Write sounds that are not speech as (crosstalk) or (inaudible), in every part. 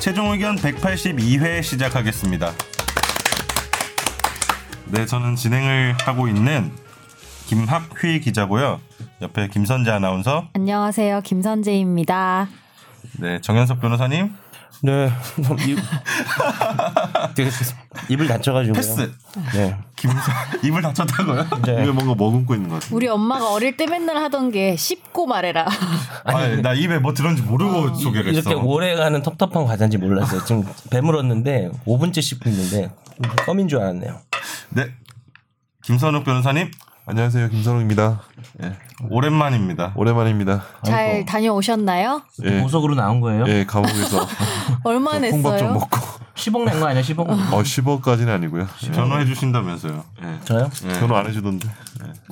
최종 의견 182회 시작하겠습니다. 네, 저는 진행을 하고 있는 김학휘 기자고요. 옆에 김선재 아나운서, 안녕하세요. 김선재입니다. 네, 정현석 변호사님. 네. (laughs) 입, 되게 입을 다쳐가지고요. 패스. 네. 김선 (laughs) 입을 다쳤다고요? 네. 이게 뭔가 머금고 있는 것 같아. 우리 엄마가 어릴 때 맨날 하던 게 씹고 말해라. 아니, 나 입에 뭐 들었는지 모르고 소개를 했어. 아, 이렇게 뭐- 오래가는 텁텁한 과자인지 몰랐어요. 지금 배물었는데 5분째 씹고 있는데 껌인 줄 알았네요. 네, 김선욱 변호사님 안녕하세요, 김선웅입니다. 오랜만입니다. 오랜만입니다. 잘 다녀오셨나요? 예, 보석으로 나온 거예요? 예 감옥에서 얼마 콩밥 네, 좀 냈어요? 먹고 10억 낸 거 아니야? 10억? 어 10억까지는 아니고요. 예. 변호해 주신다면서요. 예. 저요? 변호 네. 안 해주던데.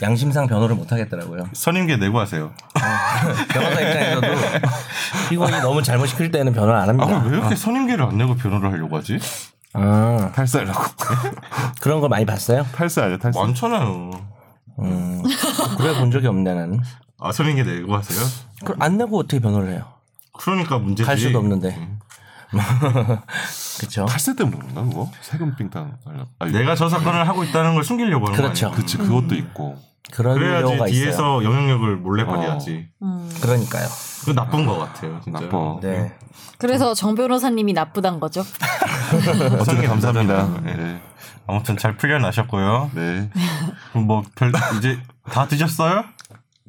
양심상 변호를 못 하겠더라고요. 선임계 내고 하세요. 변호사 입장에서도 피고인이 너무 잘못 시킬 때는 변호를 안 아, 합니다. 왜 이렇게 선임계를 안 내고 변호를 하려고 하지? 아, 탈세라고. 그런 걸 많이 봤어요? 탈세 아니야, 탈세. 많잖아요. 음, 그래 본 적이 없네 나는. 아, 선임계 내고 하세요? 그걸 안 내고 어떻게 변호를 해요? 그러니까 문제지. 음. 갈 수도 없는데. (laughs) 그렇죠. 탈세 때문에 그런가 그거? 세금 빙탕. 하려고. 아니, 내가 저 사건을 하고 있다는 걸 숨기려고 하는 그렇죠. 거 아니야? 그치 그것도 있고. 그런 그래야지 경우가 있어요. 뒤에서 영향력을 몰래 발휘하지. 그러니까요. 그거 나쁜 거 같아요. 진짜. 나빠. 네. 그래서 정 변호사님이 나쁘단 거죠. 어쨌든 예, 감사합니다. 네. 네. 아무튼 잘 풀려나셨고요. 네. 그럼 뭐별 이제 다 드셨어요?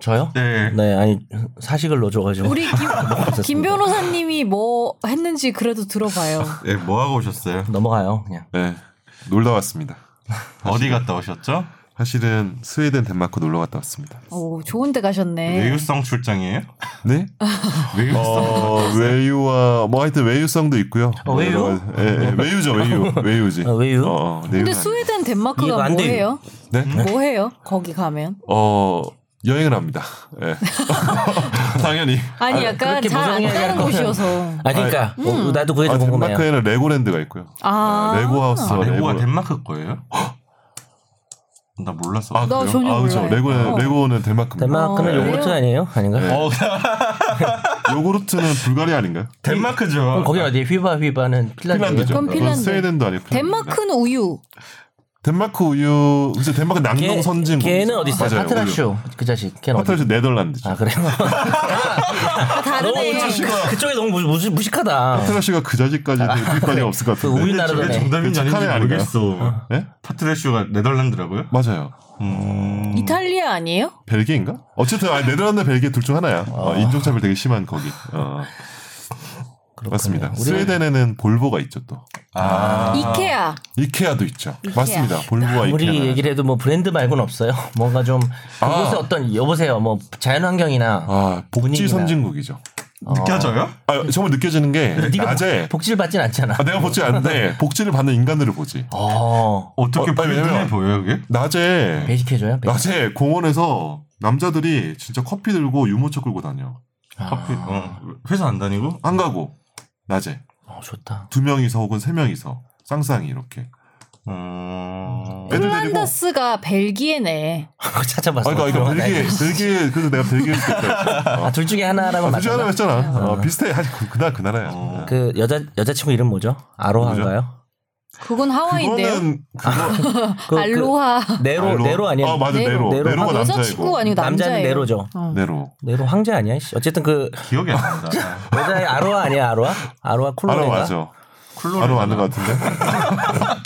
저요? 네. 네, 아니 사식을 넣어줘가지고 우리 김, (laughs) 김 변호사님이 뭐 했는지 그래도 들어봐요. 예, 뭐 하고 오셨어요? 넘어가요 그냥. 네. 놀다 왔습니다. 어디 갔다 오셨죠? 사실은 스웨덴, 덴마크 놀러 갔다 왔습니다. 오, 좋은데 가셨네. 외유성 출장이에요? 네? 어, 외유와 뭐 하여튼 외유성도 있고요. 어, 외유? 여러 가지. 예, 예, 외유죠, 외유, 외유지. 아, 외유? 어, 어, 네, 근데 외유는 스웨덴 이해가 덴마크가 안 돼요. 뭐해요? 아니에요. 네? 뭐해요? 거기 가면? 어 여행을 합니다. 예. (laughs) 당연히. 아니 약간 그렇게 잘 안 무성의하게 가는 할 거면- 곳이어서. (laughs) 아 그러니까 어, 나도 그게 아, 좀 궁금해요. 덴마크에는 레고랜드가 있고요. 아. 예, 레고하우스. 아, 레고가 레고- 덴마크 거예요? 나 몰랐어. 아, 나 그래요? 전혀 아, 그렇죠. 몰라요. 레고 어. 레고는 덴마크입니다. 덴마크는 어, 요구르트 그래요? 아니에요? 아닌가? 네. 어, 요구르트는 불가리아 아닌가요? 덴마크죠. 네. 그럼 거기 어디? 휘바 휘바는 아, 네. 핀란드예요. 핀란드죠. 그건 핀란드. 스웨덴도 아니고 핀란드입니다. 덴마크는 우유. 덴마크 우유. 글쎄 덴마크 남동 선진. 그 걔는 어디 있어요? 맞아요, 파트라쇼 그 자식. 걔는 어디? 파트라슈 네덜란드죠. 아 그래요? 아, 너무 다르네. 무식- 어, (laughs) 그쪽이 너무 무- 무식- 무식하다. 파트라슈가 그 자리까지 그까지 없을 것 그 같은데. 우유 왜 나라네. 정답인지 그 아닌지 착한 애 모르겠어. 예? 파트레슈가 네덜란드라고요? 맞아요. 이탈리아 아니에요? 벨기에인가? 어쨌든 아니, 네덜란드 벨기에 둘 중 하나야. 어, 아. 인종차별 되게 심한 거기. 어, 그렇군요. 아. 맞습니다. 우리 스웨덴에는 볼보가 있죠 또. 이케아. 이케아도 있죠. 이케아. 맞습니다. 볼보와 우리 이케아. 얘기를 해도 뭐 브랜드 말고는 없어요. (laughs) 뭔가 좀 그곳의 어떤 여보세요. 뭐 자연환경이나 아 복지 분위기나. 선진국이죠. 느껴져요? 아 정말 느껴지는 게 네가 뭐- 낮에 복지를 받진 않잖아. 아, 내가 복지 (laughs) 안돼 복지를 받는 인간들을 보지. 어 어떻게 어, 아니, 보면 눈에 왜냐면- 보여요, 그게? 낮에 배식해줘요. 배식. 낮에 공원에서 남자들이 진짜 커피 들고 유모차 끌고 다녀. 아, 커피, 어, 회사 안 다니고? 안 가고 낮에 어, 좋다. 두 명이서 혹은 세 명이서 쌍쌍이 이렇게. 음... 애들 데리고 폴란더스가 벨기에네. 그거 찾아봤어. 아, 그러니까, 그러니까 벨기에, 나- 벨기에, 그래서 내가 (laughs) 벨기에 있겠다. 아, 둘 중에 하나라고 둘중 하나 맞잖아. 했잖아. 어, 비슷해. 아니, 그, 그날, 그나라야. 그 여자 여자친구 이름 뭐죠? 아로하인가요? 그건 하와이인데요. 그거는, 그거, 그- 그 알로하. 네로 네로 아니야? 아, 맞아, 네로. 네로. 네로. 네로가 가 아, 남자이고. 여자친구 아니고 남자예요. 어. 남자는 네로죠. 네로. 네로 황제 아니야? 씨. 어쨌든 그 기억이 (laughs) 안 난다. 여자의 아로하 아니야? 아로하? 아로하 바로 쿨로인가? 맞아. 바로 맞는 것 같은데. (laughs)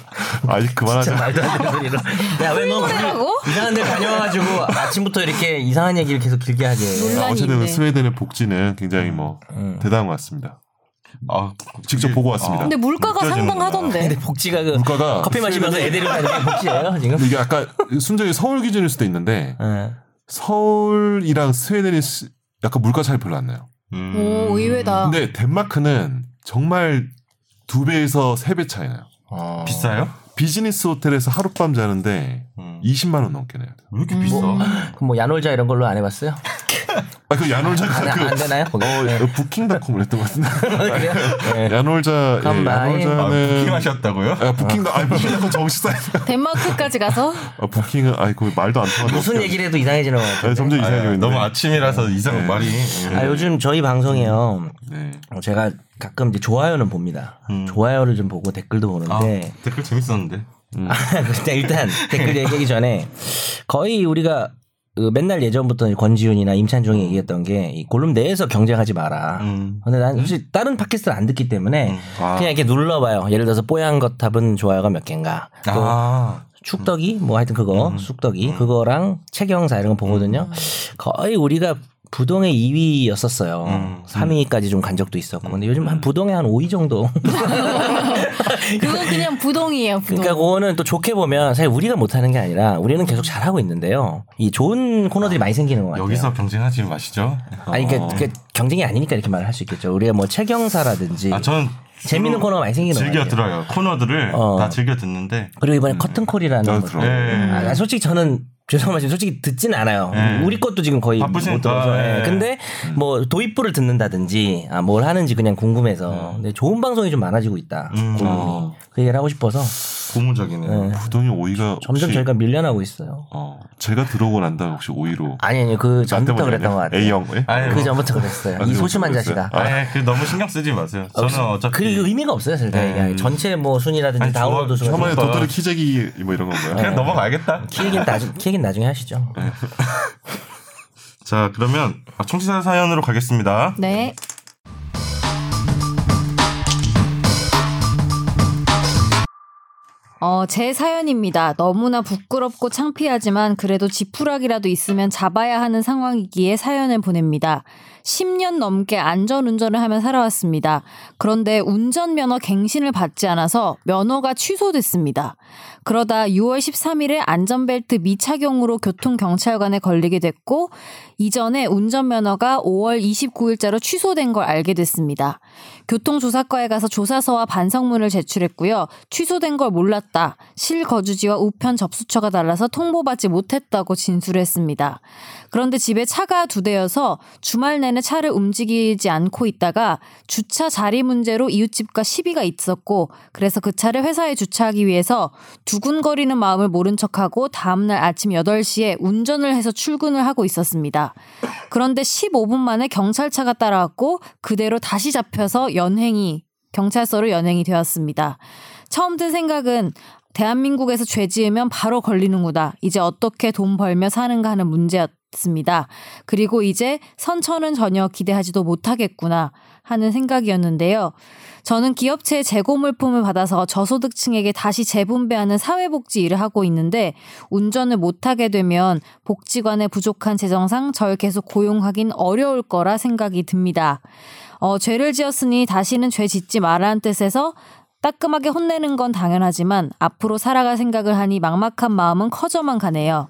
아이, 진짜 그만하자. 말도 안 되는 소리를. 야왜너 쿨로라고? 이상한 데 다녀와가지고 아침부터 이렇게 이상한 얘기를 계속 길게 하게. 논란이 아, 어쨌든 있네. 스웨덴의 복지는 굉장히 뭐, 대단한 것 같습니다. 아, 직접 그게- 보고 왔습니다. 근데 물가가 느껴지는구나. 상당하던데. 근데 복지가 그 물가가 커피 마시면서 애들이 다니는 게 복지예요 지금? 근데 이게 아까 순전히 서울 기준일 수도 있는데, 예. 서울이랑 스웨덴이 스- 약간 물가 차이 별로 안 나요. 음. 오 의외다. 근데 덴마크는 정말 두 배에서 세 배 차이 나요. 어. 비싸요? 비즈니스 호텔에서 하룻밤 자는데 음. 20만 원 넘게 내야 돼요. 왜 이렇게 비싸? 아, 그럼 뭐 야놀자 이런 걸로 안 해봤어요? 아, 그 야놀자 안, 그 안 되나요? 거기? 네. 어, 부킹닷컴을 했던 것 같은데. 그래요? 네. 야놀자 예, 컴바인. 아, 야놀자는 부킹하셨다고요? 아, 부킹닷 아 부킹닷컴 정식 (laughs) 사이트. 덴마크까지 (laughs) 가서 아, 부킹은 아이 그 말도 안 통하는 (laughs) 무슨 얘기를 해도 이상해지는 것 같아요. 네, 점점 아, 이상해지고 있네. 너무 아침이라서 이상 네. 말이. 아, 요즘 저희 방송에요. 네. 어, 제가 가끔 이제 좋아요는 봅니다. 좋아요를 좀 보고 댓글도 아, 보는데 아, 댓글 재밌었는데. (laughs) 일단, 일단 댓글 얘기하기 전에 거의 우리가 그 맨날 예전부터 이제 권지윤이나 임찬종이 얘기했던 게 이 골룸 내에서 경쟁하지 마라. 음. 근데 난 사실 다른 팟캐스트를 안 듣기 때문에 아. 그냥 이렇게 눌러봐요. 예를 들어서 뽀얀 것 탑은 좋아요가 몇 개인가. 또 아, 축덕이 뭐 하여튼 그거 쑥덕이 그거랑 최경사 이런 거 보거든요. 거의 우리가 부동의 2위였었어요. 3위까지 좀 간 적도 있었고. 근데 요즘 한 부동의 한 5위 정도. 그건 그냥 부동이에요. 부동. (laughs) 그러니까 그거는 또 좋게 보면 사실 우리가 못하는 게 아니라 우리는 계속 잘하고 있는데요. 이 좋은 코너들이 많이 생기는 것 같아요. 여기서 경쟁하지 마시죠. 아니 그러니까 그 경쟁이 아니니까 이렇게 말을 할 수 있겠죠. 우리가 뭐 최경사라든지 아, 저는 네. 재밌는 주로 코너가 많이 생기는 것 즐겨 같아요. 들어요. 코너들을 어. 다 즐겨 듣는데. 그리고 이번에 커튼콜이라는 나도 거. 들어. 예. 아, 솔직히 저는 죄송하지만 솔직히 듣진 않아요. 예. 우리 것도 지금 거의 바쁘시니까, 못 들어서. 예. 예. 근데 뭐 도입부를 듣는다든지 아, 뭘 하는지 그냥 궁금해서. 근데 좋은 방송이 좀 많아지고 있다. 음. 고민이. 그 얘기를 하고 싶어서 고무적이네요. 부동이 오이가 점점 혹시- 저희가 밀려나고 있어요. 어, 제가 들어오고 난 다음에 혹시 오이로 아니 아니 그 나 전부터 때문에 그랬던 것 아니야? 같아요. A형 예? 아예 그 뭐- 전부터 그랬어요. 아, 이 그거 소심한 그랬어요? 자식아. 아예 그 너무 신경 쓰지 마세요. 저는 어차피 그 의미가 없어요, 사실. 다 얘기하기. 전체 뭐 순이라든지 네. 아니, 다운로드 좋아- 순. 처음에 그러니까. 도토리 키재기 뭐 이런 건가요? 그냥 넘어가야겠다. 키 얘기는 나중 키 얘기는 나중에 하시죠. 네. 자, 그러면 아, 청취자 사연으로 가겠습니다. 네. 어, 제 사연입니다. 너무나 부끄럽고 창피하지만 그래도 지푸라기라도 있으면 잡아야 하는 상황이기에 사연을 보냅니다. 10년 넘게 안전운전을 하며 살아왔습니다. 그런데 운전면허 갱신을 받지 않아서 면허가 취소됐습니다. 그러다 6월 13일에 안전벨트 미착용으로 교통경찰관에 걸리게 됐고, 이전에 운전면허가 5월 29일자로 취소된 걸 알게 됐습니다. 교통조사과에 가서 조사서와 반성문을 제출했고요. 취소된 걸 몰랐다. 실거주지와 우편 접수처가 달라서 통보받지 못했다고 진술했습니다. 그런데 집에 차가 두 대여서 주말 내내 차를 움직이지 않고 있다가 주차 자리 문제로 이웃집과 시비가 있었고 그래서 그 차를 회사에 주차하기 위해서 두근거리는 마음을 모른 척하고 다음날 아침 8시에 운전을 해서 출근을 하고 있었습니다. 그런데 15분 만에 경찰차가 따라왔고 그대로 다시 잡혀서 연행이 경찰서로 연행이 되었습니다. 처음 든 생각은 대한민국에서 죄 지으면 바로 걸리는구나. 이제 어떻게 돈 벌며 사는가 하는 문제였습니다. 그리고 이제 선천은 전혀 기대하지도 못하겠구나 하는 생각이었는데요. 저는 기업체의 재고 물품을 받아서 저소득층에게 다시 재분배하는 사회복지 일을 하고 있는데 운전을 못하게 되면 복지관의 부족한 재정상 절 계속 고용하긴 어려울 거라 생각이 듭니다. 어, 죄를 지었으니 다시는 죄 짓지 말라는 뜻에서 따끔하게 혼내는 건 당연하지만 앞으로 살아갈 생각을 하니 막막한 마음은 커져만 가네요.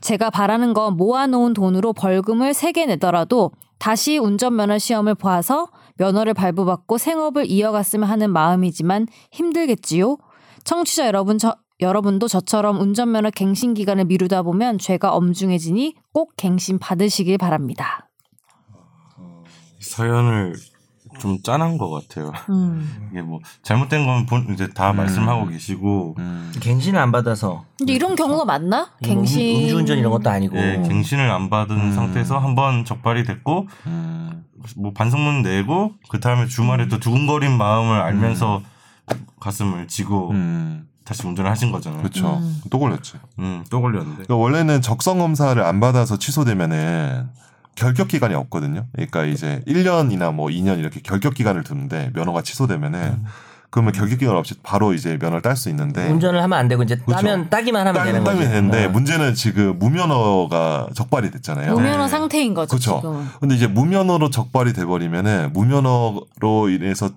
제가 바라는 건 모아놓은 돈으로 벌금을 세게 내더라도 다시 운전면허 시험을 보아서 면허를 발부받고 생업을 이어갔으면 하는 마음이지만 힘들겠지요. 청취자 여러분 저, 여러분도 저처럼 운전면허 갱신 기간을 미루다 보면 죄가 엄중해지니 꼭 갱신 받으시길 바랍니다. 사연을 좀 짠한 것 같아요. 이게 뭐 잘못된 건 본- 이제 다 말씀하고 계시고 음, 갱신을 안 받아서 근데 이런 경우가 많나? 뭐 네. 음- 갱신 음주운전 이런 것도 아니고 예, 갱신을 안 받은 상태에서 한번 적발이 됐고 음, 뭐 반성문 내고 그 다음에 주말에 또 두근거린 마음을 알면서 가슴을 지고 음, 다시 운전을 하신 거잖아요. 그렇죠. 또 걸렸지. 음, 또 걸렸는데. 그러니까 원래는 적성 검사를 안 받아서 취소되면은 결격 기간이 없거든요. 그러니까 이제 1년이나 뭐 2년 이렇게 결격 기간을 두는데 면허가 취소되면은 음. 그러면 결격 기간 없이 바로 이제 면허를 딸 수 있는데 운전을 하면 안 되고 이제 따면 따기만 하면 딸, 되는 거죠. 딸면 그렇죠. 되는데 어. 문제는 지금 무면허가 적발이 됐잖아요. 네. 무면허 상태인 거죠. 그렇죠. 지금은. 근데 이제 무면허로 적발이 돼버리면은 무면허로 인해서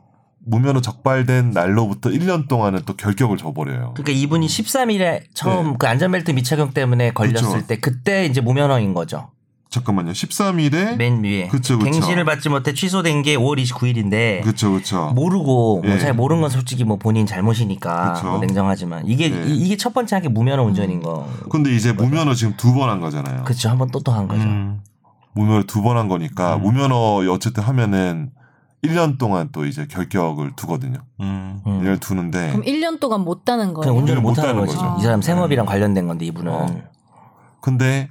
무면허 적발된 날로부터 1년 동안은 또 결격을 줘버려요. 그러니까 이분이 13일에 처음 그 안전벨트 미착용 때문에 걸렸을 네. 그쵸. 때 그때 이제 무면허인 거죠. 잠깐만요. 13일에 맨 위에 네. 그렇죠, 그쵸, 그쵸. 갱신을 받지 못해 취소된 게 5월 29일인데 그쵸 그쵸. 모르고 뭐 그렇죠. 예. 그렇죠. 잘 모르는 건 솔직히 뭐 본인 잘못이니까 그쵸. 뭐 냉정하지만 이게 예. 이- 이게 첫 음. 번째 한게 무면허 운전인 거. 그- 근데 이제 무면허 지금 두 번 한 거잖아요. 그렇죠. 한번 또또한 거죠. 음. 무면허 두 번 한 거니까 음. 무면허 어쨌든 하면은 1년 동안 또 이제 결격을 두거든요. 음. 음. 1년 두는데 그럼 1년 동안 못 다는 거예요. 그냥 운전을 운전을 못 못 하는 하는 네. 거지. 거죠. 이 사람 생업이랑 관련된 건데 이분은 어. 근데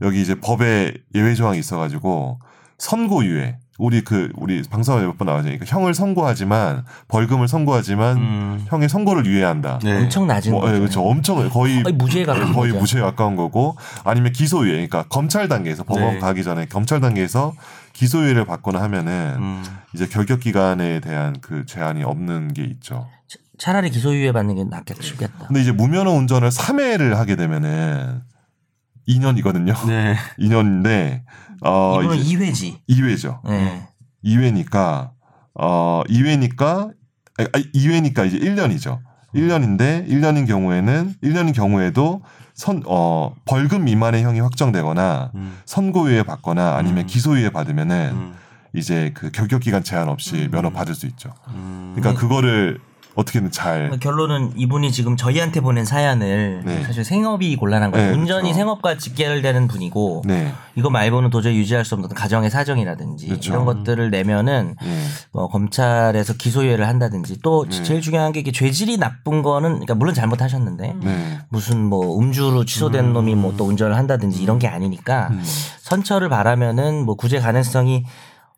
여기 이제 법에 예외 조항이 있어가지고 선고유예 우리 그 우리 방송에 몇 번 나왔죠. 그러니까 형을 선고하지만 벌금을 선고하지만 음. 형의 선고를 유예한다. 네. 엄청 낮은 뭐, 거죠. 예, 그렇죠. 엄청 거의 거의 무죄에 가까운 거의 거죠. 무죄에 가까운 거고 아니면 기소유예. 그러니까 검찰 단계에서 법원 네. 가기 전에 검찰 단계에서 기소유예를 받거나 하면은 음. 이제 결격 기간에 대한 그 제한이 없는 게 있죠. 차- 차라리 기소유예 받는 게 낫겠다 싶겠다. 근데 이제 무면허 운전을 3회를 하게 되면은 (laughs) 2년이거든요. 네. 2년인데 어 이분은 이제 음. 2회지. 2회죠. 예. 네. 2회니까 어 2회니까 아 2회니까 이제 1년이죠. 1년인데 1년인 경우에는 1년인 경우에도 선어 벌금 미만의 형이 확정되거나 음. 선고유예 받거나 아니면 음. 기소유예 받으면은 음. 이제 그 결격 기간 제한 없이 면허 받을 수 있죠. 음. 그러니까 그거를 어떻게든 잘 결론은 이분이 지금 저희한테 보낸 사연을 네. 사실 생업이 곤란한 거예요. 네, 운전이 그렇죠. 생업과 직결되는 분이고 네. 이거 말고는 도저히 유지할 수 없는 어떤 가정의 사정이라든지 그렇죠. 이런 것들을 내면은 예. 뭐 검찰에서 기소유예를 한다든지 또 네. 제일 중요한 게 이게 죄질이 나쁜 거는 그러니까 물론 잘못하셨는데 네. 무슨 뭐 음주로 취소된 놈이 뭐 또 운전을 한다든지 이런 게 아니니까 음. 선처를 바라면은 뭐 구제 가능성이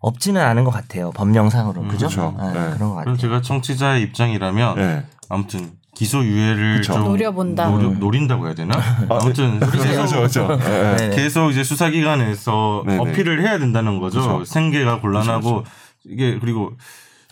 없지는 않은 것 같아요 법령상으로 그죠? 그렇죠. 네, 네. 그런 것 같아요. 그래서 제가 청취자의 입장이라면 예. 아무튼 기소유예를 그쵸. 좀 노려본다. 노린다고 해야 (laughs) 되나? 아무튼 그렇죠. 그렇죠. 예, 예. 네. 계속 이제 수사기관에서 네네. 어필을 해야 된다는 거죠. 그렇죠. 생계가 곤란하고 이게 그리고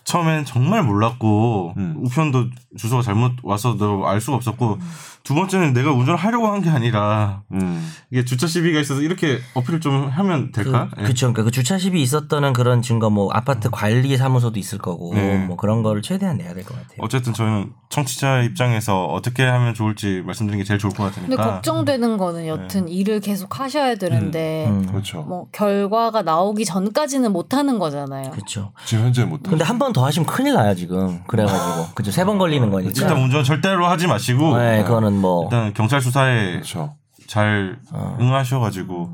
처음엔 정말 몰랐고 음. 우편도 주소가 잘못 와서 도알 수가 음. 없었고 두 번째는 내가 운전하려고 한 게 아니라 음. 이게 주차 시비가 있어서 이렇게 어필을 좀 하면 될까? 그, 예. 그쵸. 그러니까 그 주차시비 있었다는 그런 증거, 뭐 아파트 관리 사무소도 있을 거고, 네. 뭐 그런 거를 최대한 내야 될 것 같아요. 어쨌든 저희는 청취자 입장에서 어떻게 하면 좋을지 말씀드리는 게 제일 좋을 것 근데 아. 같으니까. 걱정되는 거는 여튼 일을 계속 하셔야 되는데 네. 음, 그렇죠. 뭐 결과가 나오기 전까지는 못 하는 거잖아요. 그쵸. 지금 현재 못 근데 한 번 더 하시면 큰일 나요 지금. 그래가지고 그죠. 세 번 걸리는 일단 뭐, 아, 거니까. 운전 절대로 하지 마시고 네, 그거는 뭐 일단 경찰 수사에 그렇죠. 잘 어. 응하셔가지고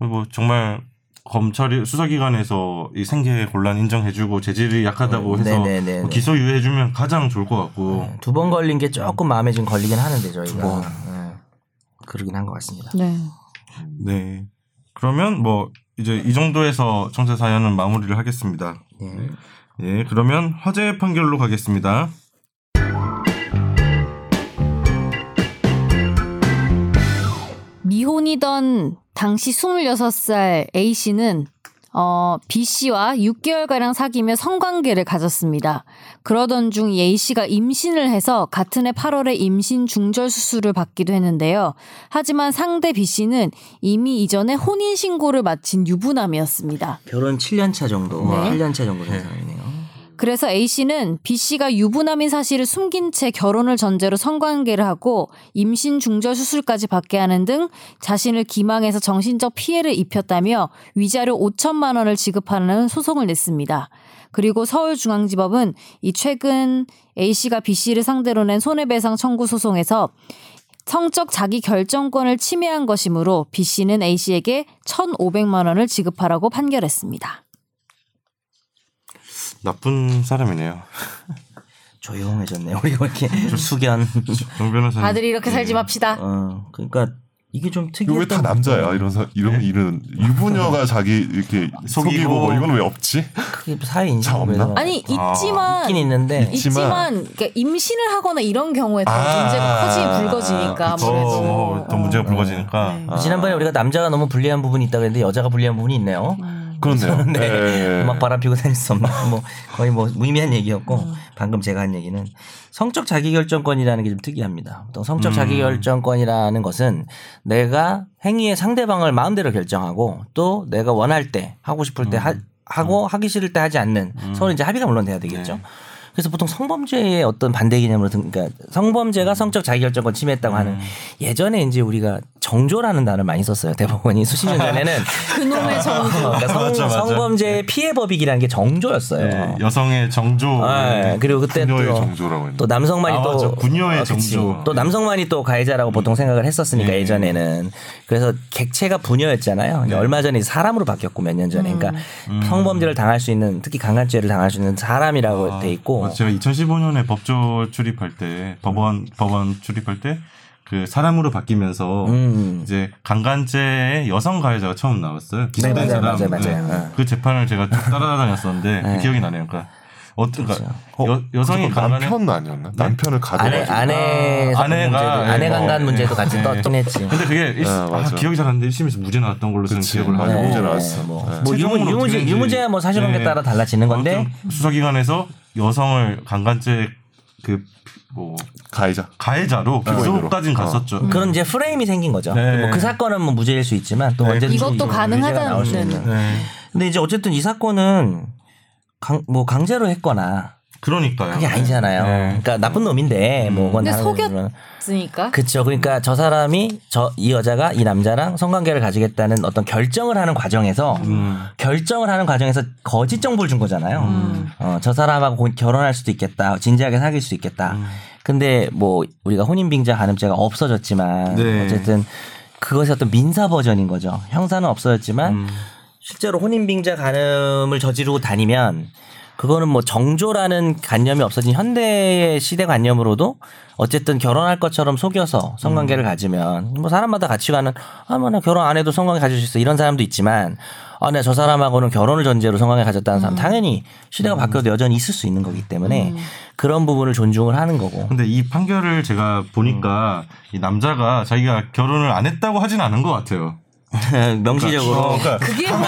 뭐 정말 검찰이 수사기관에서 이 생계 곤란 인정해주고 재질이 약하다고 어, 해서 네네네네. 네. 뭐 기소 유예해주면 가장 좋을 것 같고 두 번 걸린 게 조금 마음에 지금 걸리긴 하는데 저희가. 네. 그러긴 한 것 같습니다. 네. 네 그러면 뭐 이제 이 정도에서 청사 사연은 마무리를 하겠습니다. 네. 예 그러면 화재 판결로 가겠습니다. 미혼이던 당시 26살 A씨는 어, B씨와 6개월가량 사귀며 성관계를 가졌습니다. 그러던 중 이 A씨가 임신을 해서 같은 해 8월에 임신 중절 수술을 받기도 했는데요. 하지만 상대 B씨는 이미 이전에 혼인신고를 마친 유부남이었습니다. 결혼 7년 차 정도, 네. 8년 차 정도 된 사람이네요. 그래서 A씨는 B씨가 유부남인 사실을 숨긴 채 결혼을 전제로 성관계를 하고 임신 중절 수술까지 받게 하는 등 자신을 기망해서 정신적 피해를 입혔다며 위자료 5천만 원을 지급하는 소송을 냈습니다. 그리고 서울중앙지법은 이 최근 A씨가 B씨를 상대로 낸 손해배상 청구 소송에서 성적 자기 결정권을 침해한 것이므로 B씨는 A씨에게 1,500만 원을 지급하라고 판결했습니다. 나쁜 사람이네요. 조용해졌네. 우리가 이렇게 숙연. 정 변호사님 다들 네. 이렇게 살지 맙시다. 어, 그러니까 이게 좀 특이했던. 이거 왜 다 남자야? 이런 사, 이런 이런 유부녀가 자기 이렇게 속이고, 뭐 이건 왜 없지? 그게 사회 인식 자, 없나? 아니 아, 있지만 있긴 있는데 있지만, 그러니까 임신을 하거나 이런 경우에 더 문제가 커지 불거지니까 더, 아무래도 어, 뭐, 더 문제가 불거지니까 네. 아, 지난번에 우리가 남자가 너무 불리한 부분이 있다고 했는데 여자가 불리한 부분이 있네요. 그렇네요. 네. 예, 예. 막 바람 피고 다닐 수 없나? 뭐 거의 뭐 무의미한 얘기였고 음. 방금 제가 한 얘기는 성적 자기결정권이라는 게 좀 특이합니다. 보통 성적 음. 자기결정권이라는 것은 내가 행위의 상대방을 마음대로 결정하고 또 내가 원할 때 하고 싶을 음. 때 하, 고 하기 싫을 때 하지 않는 서로 이제 합의가 물론 네. 돼야 되겠죠. 그래서 보통 성범죄의 음. 어떤 반대 개념으로 등, 그러니까 성범죄가 성적 자기결정권 침해했다고 하는 예전에 이제 우리가 정조라는 단어를 많이 썼어요. 대법원이 수십 년 전에는 (laughs) 그놈의 정조. 그러니까 성, 맞아, 맞아. 성범죄의 피해 법익이라는 게 정조였어요. 예, 여성의 정조. 네. 예, 아. 그리고 그때 분녀의 또 정조라고 했는데 또 남성만이 아, 또 맞아. 군녀의 그치. 정조. 네. 또 남성만이 또 가해자라고 보통 생각을 했었으니까 예. 예전에는 그래서 객체가 부녀였잖아요. 네. 근데 얼마 전에 사람으로 바뀌었고 몇 년 전에 그러니까 음. 성범죄를 당할 수 있는 특히 강간죄를 당할 수 있는 사람이라고 돼 있고 어, 제가 2015년에 법조 출입할 때 음. 법원 법원 출입할 때 그 사람으로 바뀌면서 음. 이제 강간죄의 여성 가해자가 처음 나왔어요. 기소된 맞아요, 사람. 맞아요, 네. 맞아요. 그 재판을 제가 쭉 따라다녔었는데 네. 그렇죠. 그 기억이 나네요. 그러니까 어떤 그러니까 어, 여, 여성이 그거 강간에 남편 아니었나? 남편을 아내 가둬가지고 아내 아, 성범죄도- 아내가, 아내 예, 강간 어, 문제도 같이 예. 떴긴 했지. 근데 그게 일, 아, 아, 맞아. 기억이 잘 안 나는데 1심에서 무죄 나왔던 걸로 저는 그치. 기억을 맞아, 하고 무죄 네. 나왔어. 뭐, 네. 뭐 최종으로 유무, 어떻게 유무죄 되는지. 유무죄야 뭐 사실관계에 네. 따라 달라지는 건데 아무튼 수사기관에서 여성을 강간죄 그 뭐 가해자. 가해자로 피고인으로. 기소까지는 갔었죠. 어. 음. 그런 이제 프레임이 생긴 거죠. 네. 그렇죠. 뭐그 사건은 뭐 무죄일 수 있지만 또 언제든지 이것도 무죄가 가능하다는 나올 수 있는. 문제는. 네. 근데 이제 어쨌든 이 사건은 강, 뭐 강제로 했거나 그러니까요. 그게 아니잖아요. 네. 그러니까 나쁜 놈인데 뭐 그건 음. 근데 다른 속였- 거지만. 있으니까. 그쵸. 그러니까 저 사람이 저 이 여자가 이 남자랑 성관계를 가지겠다는 어떤 결정을 하는 과정에서 결정을 하는 과정에서 거짓 정보를 준 거잖아요. 어, 저 사람하고 곧 결혼할 수도 있겠다. 진지하게 사귈 수도 있겠다. 근데 뭐 우리가 혼인빙자 간음죄가 없어졌지만 네. 어쨌든 그것의 어떤 민사 버전인 거죠. 형사는 없어졌지만 실제로 혼인빙자 간음을 저지르고 다니면 그거는 뭐 정조라는 관념이 없어진 현대의 시대 관념으로도 어쨌든 결혼할 것처럼 속여서 성관계를 가지면 뭐 사람마다 가치관은 아뭐나 결혼 안 해도 성관계 가질 수 있어 이런 사람도 있지만 아내 네, 저 사람하고는 결혼을 전제로 성관계 가졌다는 사람 당연히 시대가 바뀌어도 여전히 있을 수 있는 거기 때문에 그런 부분을 존중을 (laughs) 하는 거고 근데 이 판결을 제가 보니까 이 남자가 자기가 결혼을 안 했다고 하진 않은 것 같아요. 어, 명시적으로 그러니까 그게 뭐야.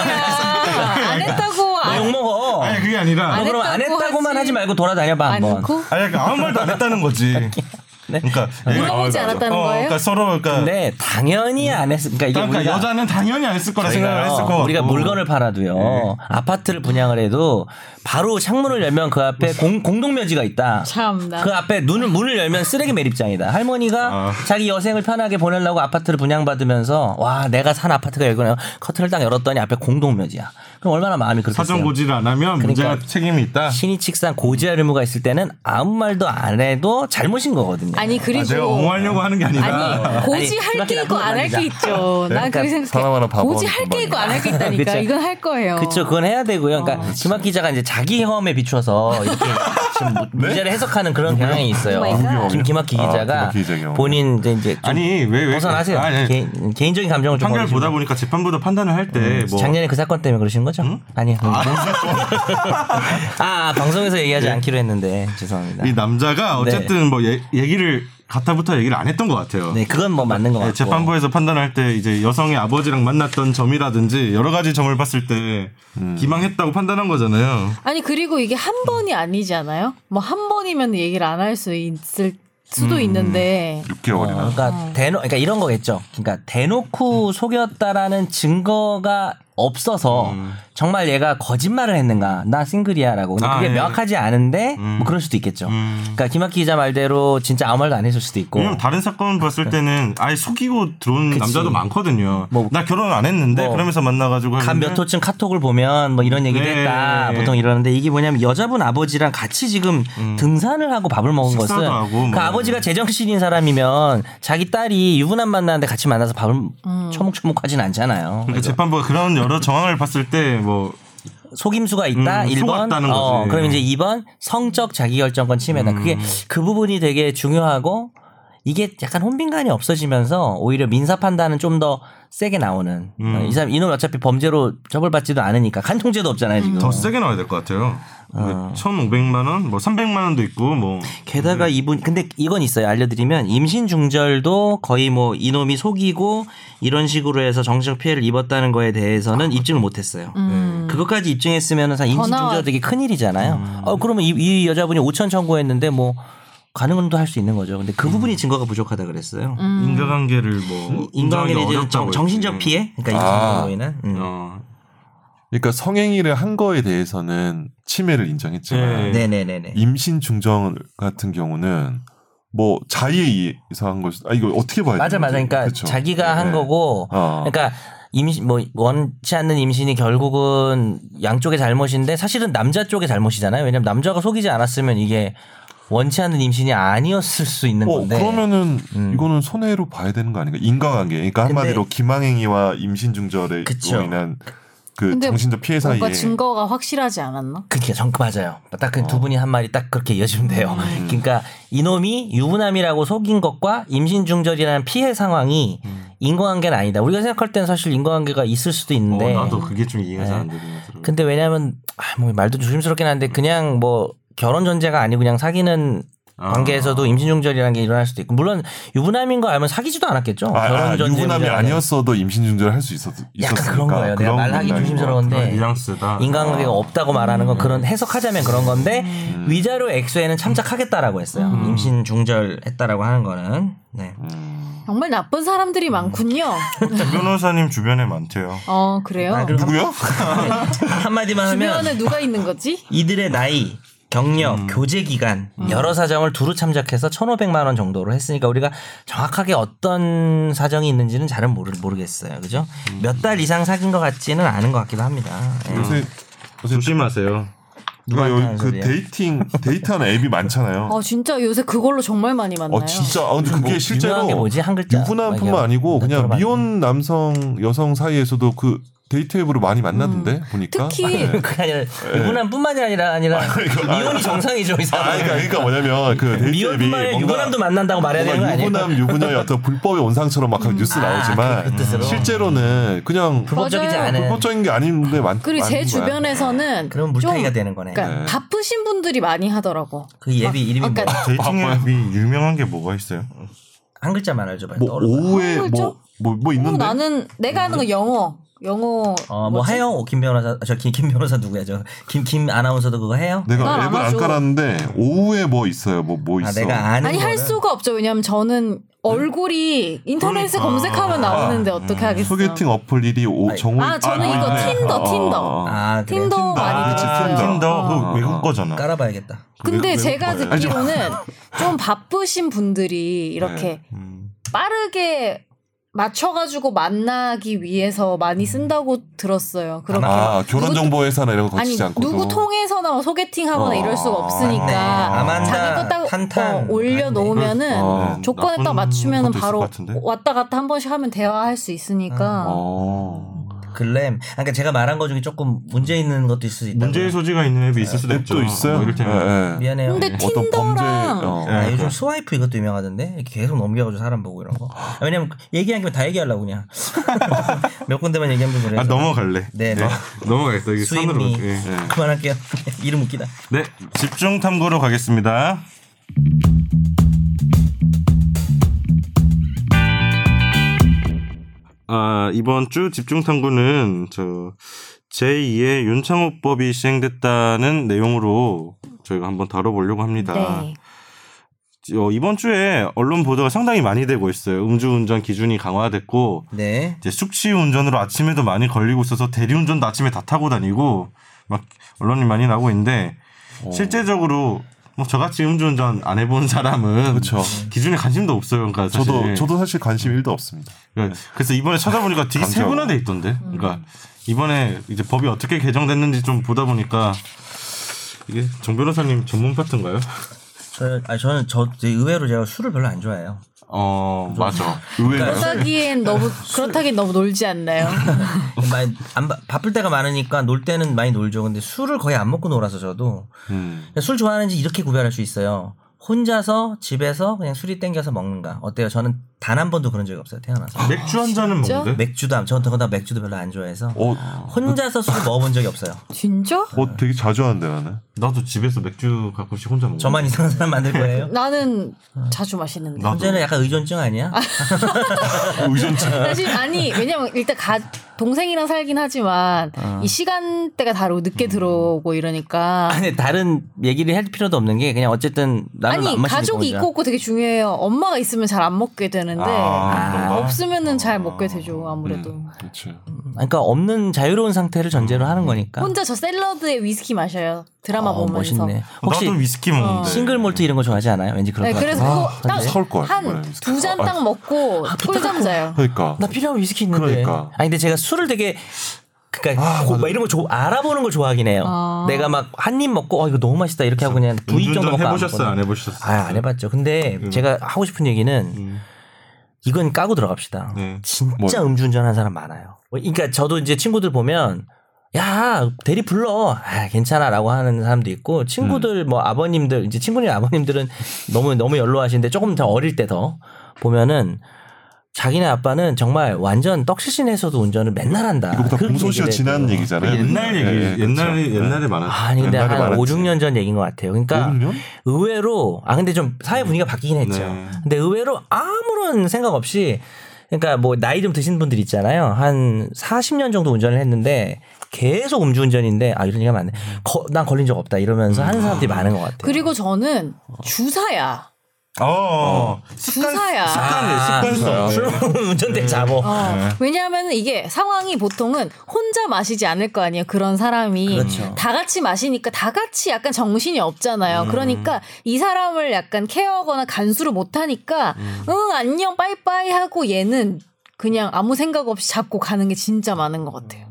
안 했다고 너 안, 그렇죠. 욕 먹어 아니 그게 아니라 안 그럼 안 했다고 했다고만 하지. 하지 말고 돌아다녀봐 안 한번 했고 아니 그러니까 아무 말도 안 했다는 거지. 그러니까 물어보지 않았다는 어, 거예요? 그러니까 서로 그러니까, 근데 네, 당연히 안 했. 그러니까 이게 그러니까 우리가 여자는 당연히 안 했을 거라 저희가요, 생각을 했을 거 같고 예. 우리가 물건을 팔아도요 아파트를 분양을 해도 바로 창문을 열면 그 앞에 공, 공동묘지가 있다. 참나. 그 앞에 눈을 문을 열면 쓰레기 매립장이다. 할머니가 아. 자기 여생을 편하게 보내려고 아파트를 분양받으면서 와 내가 산 아파트가 여기는 커튼을 딱 열었더니 앞에 공동묘지야. 그럼 얼마나 마음이 그렇겠어요. 사전 고지를 안 하면 문제가 그러니까. 책임이 있다. 신이 칙상 고지할 의무가 있을 때는 아무 말도 안 해도 잘못인 거거든요. 아, 아니 내가 그리고 옹호하려고 하는 게 아니라 아니 아니, 고지할 게 있고 안 할 게 나쁜 있죠. 난 그렇게 사람 하나 생각해. 바보는 고지할 게 있고 금방이야. 안 할 게 있다니까. 그쵸. 이건 할 거예요. 그쵸, 그건 해야 되고요. 어, 그러니까 김학 기자가 이제 자기 혐에 비추어서 이렇게 지금 무- 문제를 해석하는 그런 경향이 있어요. Oh my God. 네? 누구요? 김 김학기 아, 기자가 김학기 기자 경우. 본인 이제 이제 좀 아니 왜 왜? 벗어나세요. 아니, 아니. 개인, 개인적인 감정을 좀 판결 버리시고. 보다 보니까 재판부도 판단을 할 때 뭐. 작년에 그 사건 때문에 그러신 거죠? 아니요. 아, (laughs) 아, 방송에서 얘기하지 않기로 했는데 죄송합니다. 네. 이 남자가 어쨌든 뭐 얘- 얘기를 가타부터 얘기를 안 했던 것 같아요. 네, 그건 뭐 맞는 것 네, 같고. 재판부에서 판단할 때 이제 여성의 아버지랑 만났던 점이라든지 여러 가지 점을 봤을 때 음. 기망했다고 판단한 거잖아요. 아니 그리고 이게 한 번이 아니잖아요. 뭐 한 번이면 얘기를 안 할 수 있을 수도 있는데 네. 6개월이나. 그러니까 대놓 그러니까 이런 거겠죠. 그러니까 음. 대놓고 속였다라는 증거가 없어서 정말 얘가 거짓말을 했는가? 나 싱글이야라고. 근데 음. 아, 그게 예. 음. 명확하지 않은데 뭐 그럴 수도 있겠죠. 그러니까 김학기 기자 말대로 진짜 아무 말도 안 했을 수도 있고. 왜냐면 음, 다른 사건 봤을 때는 아예 속이고 들어온 남자도 많거든요. 뭐- 나 결혼 안 했는데 뭐 그러면서 만나가지고 간 몇 했는데 호쯤 카톡을 보면 뭐 이런 얘기도 네. 했다. 보통 이러는데 이게 뭐냐면 여자분 아버지랑 같이 지금 등산을 하고 밥을 먹은 음. 식사도 것은 하고 뭐. 그 아버지가 제정신인 사람이면 자기 딸이 유부남 만나는데 같이 만나서 밥을 초목초목하진 않잖아요. 그러니까 그래서 재판부가 그런 여러 정황을 봤을 때뭐 속임수가 있다. 음, 1번. 속았다는 어, 거지. 음. 그럼 이제 2번 성적 자기결정권 침해다. 그게 그 부분이 되게 중요하고 이게 약간 혼빈관이 없어지면서 오히려 민사 판단은 좀 더 세게 나오는. 어, 음. 이 사람 이놈 어차피 범죄로 처벌받지도 않으니까 간통죄도 없잖아요 지금. 음. 더 세게 나와야 될 것 같아요. 어. 1,500만 원, 뭐 300만 원도 있고 뭐 게다가 이분 근데 이건 있어요 알려드리면 임신 중절도 거의 뭐 이놈이 속이고 이런 식으로 해서 정신적 피해를 입었다는 거에 대해서는 입증을 못했어요. 음. 그것까지 입증했으면 사 임신 더 나와- 중절 되게 큰 일이잖아요. 어 그러면 이, 이 여자분이 5천 청구했는데 뭐 가능은도 할 수 있는 거죠. 근데 그 부분이 증거가 부족하다 음. 그랬어요. 인과관계를 뭐 음, 인간에 인정하기 대한 어렵다고 정- 정신적 했지. 피해, 그러니까 아. 이 정도이나 음. 어. 그러니까 성행위를 한 거에 대해서는 침해를 인정했지만 네. 네네네네. 임신 중정 같은 경우는 뭐 자의에 의한 것이 아 이거 어떻게 봐야 맞아 되는 맞아. 거지? 그러니까 그쵸? 자기가 한 네. 거고 어. 그러니까 임신 뭐 원치 않는 임신이 결국은 양쪽의 잘못인데 사실은 남자 쪽의 잘못이잖아요. 왜냐면 남자가 속이지 않았으면 이게 원치 않는 임신이 아니었을 수 있는 어, 건데. 그러면은 음. 이거는 손해로 봐야 되는 거 아닌가? 인과관계. 그러니까 근데- 한마디로 기망행위와 임신중절에 그쵸. 인한 그 근데 정신적 피해 사이에 뭔가 증거가 확실하지 않았나? 그게 정 맞아요. 딱 그 두 어. 음. 분이 한 말이 딱 그렇게 이어지면 돼요. (laughs) 그러니까 이놈이 유부남이라고 속인 것과 임신 중절이라는 피해 상황이 음. 인과관계는 아니다. 우리가 생각할 때는 사실 인과관계가 있을 수도 어, 있는데. 나도 그게 좀 이해가 잘 안 되는 것 같더라고요. 근데 왜냐하면 아, 뭐 말도 조심스럽긴 한데 그냥 뭐 결혼 전제가 아니고 그냥 사귀는 아. 관계에서도 임신 중절이라는 게 일어날 수도 있고 물론 유부남인 거 알면 사귀지도 않았겠죠. 아, 결혼 아, 전제 유부남이 문제는. 아니었어도 임신중절을 할 수 있었, 있었으니까 아, 약간 그런 거예요. 내가 말하기 문제인 것 조심스러운데 그런 아, 뉘앙스다. 네. 인간관계가 아. 없다고 말하는 건 그런 해석하자면 그런 건데 음. 위자료 액수에는 참작하겠다라고 했어요. 임신 중절했다라고 하는 거는 네. 어, 정말 나쁜 사람들이 많군요. 변호사님 주변에 많대요. 어 그래요. 아, 같아요. 그리고 누구요? (laughs) 한마디만 하면 주변에 누가 있는 거지? 이들의 나이, 경력, 음. 교제 기간 여러 사정을 두루 참작해서 1,500만 원 정도로 했으니까 우리가 정확하게 어떤 사정이 있는지는 잘은 모르, 모르겠어요. 그죠? 음. 몇 달 이상 사귄 것 같지는 않은 것 같기도 합니다. 예. 요새 요새 조심하세요. 누가 누구한테 여기 하는 그 소리야? 데이팅 데이트하는 (laughs) 앱이 많잖아요. 아 진짜 요새 그걸로 정말 많이 만나요. 어 진짜 아 근데 뭐 그게 유명한 실제로 게 뭐지? 한 글자. 유부남뿐만 막 아니고 이런 그냥 거 미혼 남성 여성 사이에서도 그 데이트 앱으로 많이 만나던데 보니까 음, 특히 네. (laughs) 그게 아니라 유부남뿐만이 아니라 아니라 미혼이 정상이죠 이 아 그러니까, 사람. 그러니까 뭐냐면 그 데이트 앱이 미혼뿐만 아니라 뭔가 유부남도 만난다고 말해야 되는 거 뭔가 아니에요? 유부남 유부녀의 어떤 불법의 온상처럼 막 음, 아, 뉴스 나오지만 그 뜻으로. 실제로는 음, 그냥 불법적이지 맞아요. 않은. 불법적인 게 아닌데 많 그리고 제 많은 거야. 주변에서는 그럼 물타기가 되는 거네. 그러니까 네. 바쁘신 분들이 많이 하더라고. 그 예비 이름이 그러니까 뭐야? 데이팅 앱이 유명한 게 뭐가 있어요? 한 글자만 알려줘봐요. 뭐 떠오르- 오후에 어, 뭐 그렇죠? 뭐 뭐 어, 있는데 나는 내가 하는 거 영어, 영어. 어, 뭐 뭐지? 해요? 오, 김 변호사, 저 김 변호사 누구야? 저 김 김 아나운서도 그거 해요? 난 내가 안 앱을 안 하죠. 깔았는데 오후에 뭐 있어요 네, 뭐 뭐 아, 있어 내가 아는 아니 할 거는- 수가 없죠. 왜냐면 저는 얼굴이 인터넷에 그러니까. 검색하면 나오는데 어떻게 하겠어? 소개팅 어, 어플 1위 오 아니, 정호 아, 저는 이거 틴더, 틴더. 아, 그래. 틴더 많이 그치, 봤어요. 틴더. 틴더 어. 그거 외국 거잖아. 깔아봐야겠다. 근데 외국 제가 거예요. 네. 아니죠. 듣기로는 좀 바쁘신 분들이 이렇게 음. 빠르게 맞춰가지고 만나기 위해서 많이 쓴다고 들었어요. 그렇게 음. 아 결혼 누구- 정보 회사나 이런 거 아니 거치지 않고 누구 통해서나 소개팅하거나 어, 이럴 수가 맞네. 없으니까 아만다 자기 네. 거딱 어, 한탄. 올려놓으면은 어. 조건에 딱 나쁜 맞추면은 것도 있을 바로 것 같은데? 왔다 갔다 한 번씩 하면 대화할 수 있으니까 음. 어. 글램. 아, 그러니까 제가 말한 거 중에 조금 문제 있는 것도 있을 수 있다. 문제의 소지가 있는 앱이 있을 수도 있죠. 앱도 있어요 뭐 이를테면 예, 예. 미안해요. 근데 어떤 범죄 틴더랑 어. 아, 예, 요즘 그래. 스와이프 이것도 유명하던데 이렇게 계속 넘겨가지고 사람 보고 이런 거. 아, 왜냐면 얘기한 김에 다 얘기하려고 (laughs) 그냥 몇 군데만 얘기하면 그래서. 아 넘어갈래. 네, 넘- 넘어가겠다. 이게 산으로. 수입미 예. 그만할게요. (laughs) 이름 웃기다. 네, 집중 탐구로 가겠습니다. 아, 이번 주 집중 탐구는 저 제2의 윤창호법이 시행됐다는 내용으로 저희가 한번 다뤄보려고 합니다. 네. 어, 이번 주에 언론 보도가 상당히 많이 되고 있어요. 음주운전 기준이 강화됐고 네. 이제 숙취 운전으로 아침에도 많이 걸리고 있어서 대리운전도 아침에 다 타고 다니고 막 언론이 많이 나오고 있는데 어. 실제적으로 뭐 저같이 음주운전 안 해본 사람은 그쵸. 기준에 관심도 없어요. 그러니까 저도 사실. 저도 사실 관심 1도 없습니다 그러니까 그래서 이번에 찾아보니까 되게 강제하고. 세분화돼 있던데. 그러니까 이번에 이제 법이 어떻게 개정됐는지 좀 보다 보니까 이게 정 변호사님 전문 파트인가요? 저, 아, 저는 저 되게 의외로 제가 술을 별로 안 좋아해요. 어 맞아. 의외로 그렇다기엔 (laughs) 너무 그렇다기엔 너무 놀지 않나요? 많이 안 바, 바쁠 때가 많으니까 놀 때는 많이 놀죠. 근데 술을 거의 안 먹고 놀아서 저도 음. 술 좋아하는지 이렇게 구별할 수 있어요. 혼자서 집에서 그냥 술이 땡겨서 먹는가 어때요? 저는 단 한 번도 그런 적이 없어요 태어나서 맥주 한 잔은 진짜? 먹는데. 맥주도 안, 저는 더군다나 맥주도 별로 안 좋아해서 어, 혼자서 술 먹어본 적이 없어요. 진짜? 어 되게 자주 하는데 나는 나도 집에서 맥주 가끔씩 혼자 먹어. 저만 이상한 사람 만들 거예요? 나는 자주 마시는데. 나도. 혼자는 약간 의존증 아니야? 의존증 사실 아니 왜냐면 일단 가 동생이랑 살긴 하지만 어. 이 시간대가 다르고 음. 늦게 들어오고 이러니까 아니 다른 얘기를 할 필요도 없는 게 그냥 어쨌든 나는 아니 안 마시니까 가족이 혼자. 있고 없고 되게 중요해요. 엄마가 있으면 잘 안 먹게 되는데 아, 그런가? 음. 없으면은 잘 먹게 되죠 아무래도. 그렇죠 그러니까 없는 자유로운 상태를 전제로 하는 거니까. 혼자 저 샐러드에 위스키 마셔요. 드라마 어, 보면서. 멋있네. 나도 혹시 어. 위스키 먹는데. 싱글 몰트 이런 거 좋아하지 않아요? 왠지 그럴 네, 것 그래서 같아요. 아, 그거 아, 서울 거야, 딱한 정말. 두 잔 딱 먹고 꿀잠 자요. 그러니까 나 필요하면 위스키 있는데. 그러니까. 아니 근데 제가 술을 되게 그러니까 아, 고- 막 이런 거 조- 알아보는 걸 좋아하긴 해요. 내가 막 한 입 먹고 어 이거 너무 맛있다 이렇게 하고 그냥 두 입 정도 운전 먹고 해보셨어요? 안 먹거든요. 해보셨어요? 아, 안 해봤죠. 근데 음. 제가 하고 싶은 얘기는 이건 까고 들어갑시다. 네. 진짜 뭐. 음주운전하는 사람 많아요. 그러니까 저도 이제 친구들 보면 야 대리 불러 아, 괜찮아라고 하는 사람도 있고 친구들 음. 뭐 아버님들 이제 친구님 아버님들은 너무 너무 연로하시는데 조금 더 어릴 때 더 보면은 자기네 아빠는 정말 완전 떡시신해서도 운전을 맨날 한다. 이거보다 그렇게 공소시효 얘기를 지난 해요. 얘기잖아요. 그 옛날 얘기, 예, 예, 옛날에 그렇죠. 옛날에 많았. 아, 아니 근데 옛날에 한 많았지. 5, 6년 전 얘기인 것 같아요. 그러니까 오륙년? 의외로 아 근데 좀 사회 분위기가 바뀌긴 했죠. 네. 근데 의외로 아무런 생각 없이 그러니까 뭐 나이 좀 드신 분들 있잖아요. 한 40년 정도 운전을 했는데 계속 음주운전인데 아 이런 얘기가 많네. 거, 난 걸린 적 없다 이러면서 하는 음. 사람들이 많은 것 같아요. 그리고 저는 어. 주사야. 어, 어. 주사야. 아, 습관성. 술 먹으면 네. 운전대 잡어. 왜냐하면 이게 상황이 보통은 혼자 마시지 않을 거 아니에요. 그런 사람이 그렇죠. 다 같이 마시니까 다 같이 약간 정신이 없잖아요. 음. 그러니까 이 사람을 약간 케어하거나 간수를 못 하니까 음. 응 안녕 빠이빠이 하고 얘는 그냥 아무 생각 없이 잡고 가는 게 진짜 많은 것 같아요.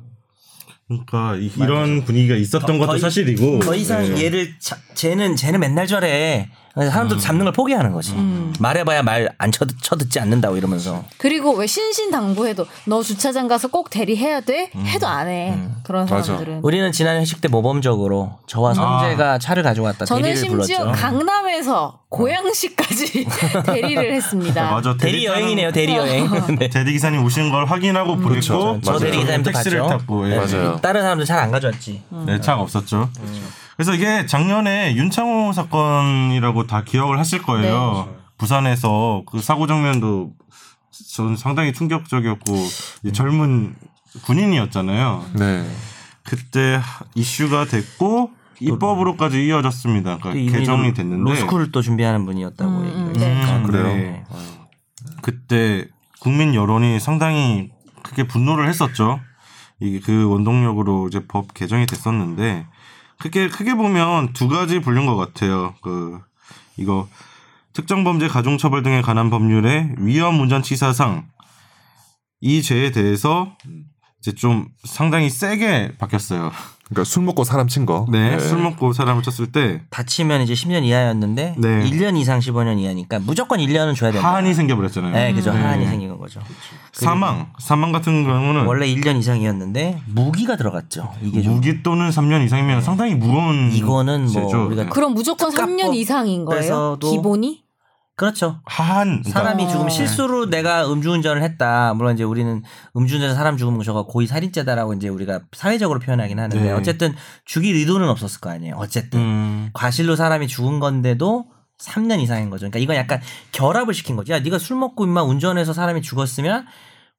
그러니까 이, 런 분위기가 있었던 더- 것도 더 이- 네. 사실이고. 더 이상 예. 얘를 자- 쟤는 쟤는 맨날 저래. 음. 사람들 잡는 걸 포기하는 거지. 음. 말해봐야 말 안 쳐듣지 않는다고 이러면서. 그리고 왜 신신당부해도 너 주차장 가서 꼭 대리해야 돼 음. 해도 안 해. 그런 사람들은 우리는 지난 회식 때 모범적으로 아. 저와 선재가 차를 가져왔다. 저는 대리를 심지어 불렀죠. 어. 강남에서 고양시까지 (laughs) 대리를 했습니다. (laughs) 맞아. 대리 여행이네요. 대리 여행. (laughs) 네. 대리 기사님 오신 걸 확인하고 보냈고 그렇죠. 저 대리 기사님도 택시를 갔죠. 탔고 예. 네. 맞아요. 다른 사람들 잘 안 가져왔지. 네, 차가 없었죠. 그래서 이게 작년에 윤창호 사건이라고 다 기억을 하실 거예요. 네. 부산에서 그 사고 장면도 저는 상당히 충격적이었고 이제 젊은 군인이었잖아요. 네. 그때 이슈가 됐고 입법으로까지 이어졌습니다. 또 그러니까 개정이 이분이 됐는데 로스쿨을 또 준비하는 분이었다고 얘기가 네. 음, 그래요? 네. 그때 국민 여론이 상당히 크게 분노를 했었죠. 이게 그 원동력으로 이제 법 개정이 됐었는데 크게 크게 보면 두 가지 분류인 것 같아요. 그 이거 특정 범죄 가중 처벌 등에 관한 법률의 위험 운전 치사상 이 죄에 대해서 이제 좀 상당히 세게 바뀌었어요. (laughs) 그러니까 술 먹고 사람 친 거. 네, 예. 술 먹고 사람을 쳤을 때 다치면 이제 10년 이하였는데 네. 1년 이상 15년 이하니까 무조건 1년은 줘야 된다. 하한이 음. 생겨버렸잖아요. 네, 그죠. 하한이 생기는 거죠. 사망, 사망 같은 경우는 원래 1년 이상이었는데 무기가 들어갔죠. 음. 이게 좀 네. 무기 또는 3년 이상이면 상당히 무거운 이거는 뭐 죄죠. 네. 우리가 그럼 무조건 특가법 3년 이상인 거예요? 에서도 기본이? 그렇죠. 하한 그러니까 사람이 죽으면 실수로 내가 음주운전을 했다. 물론 이제 우리는 음주운전에서 사람 죽으면 저거 고의 살인죄다라고 이제 우리가 사회적으로 표현하긴 하는데 네. 어쨌든 죽일 의도는 없었을 거 아니에요. 어쨌든 음, 과실로 사람이 죽은 건데도 3년 이상인 거죠. 그러니까 이건 약간 결합을 시킨 거죠. 야, 네가 술 먹고 임마 운전해서 사람이 죽었으면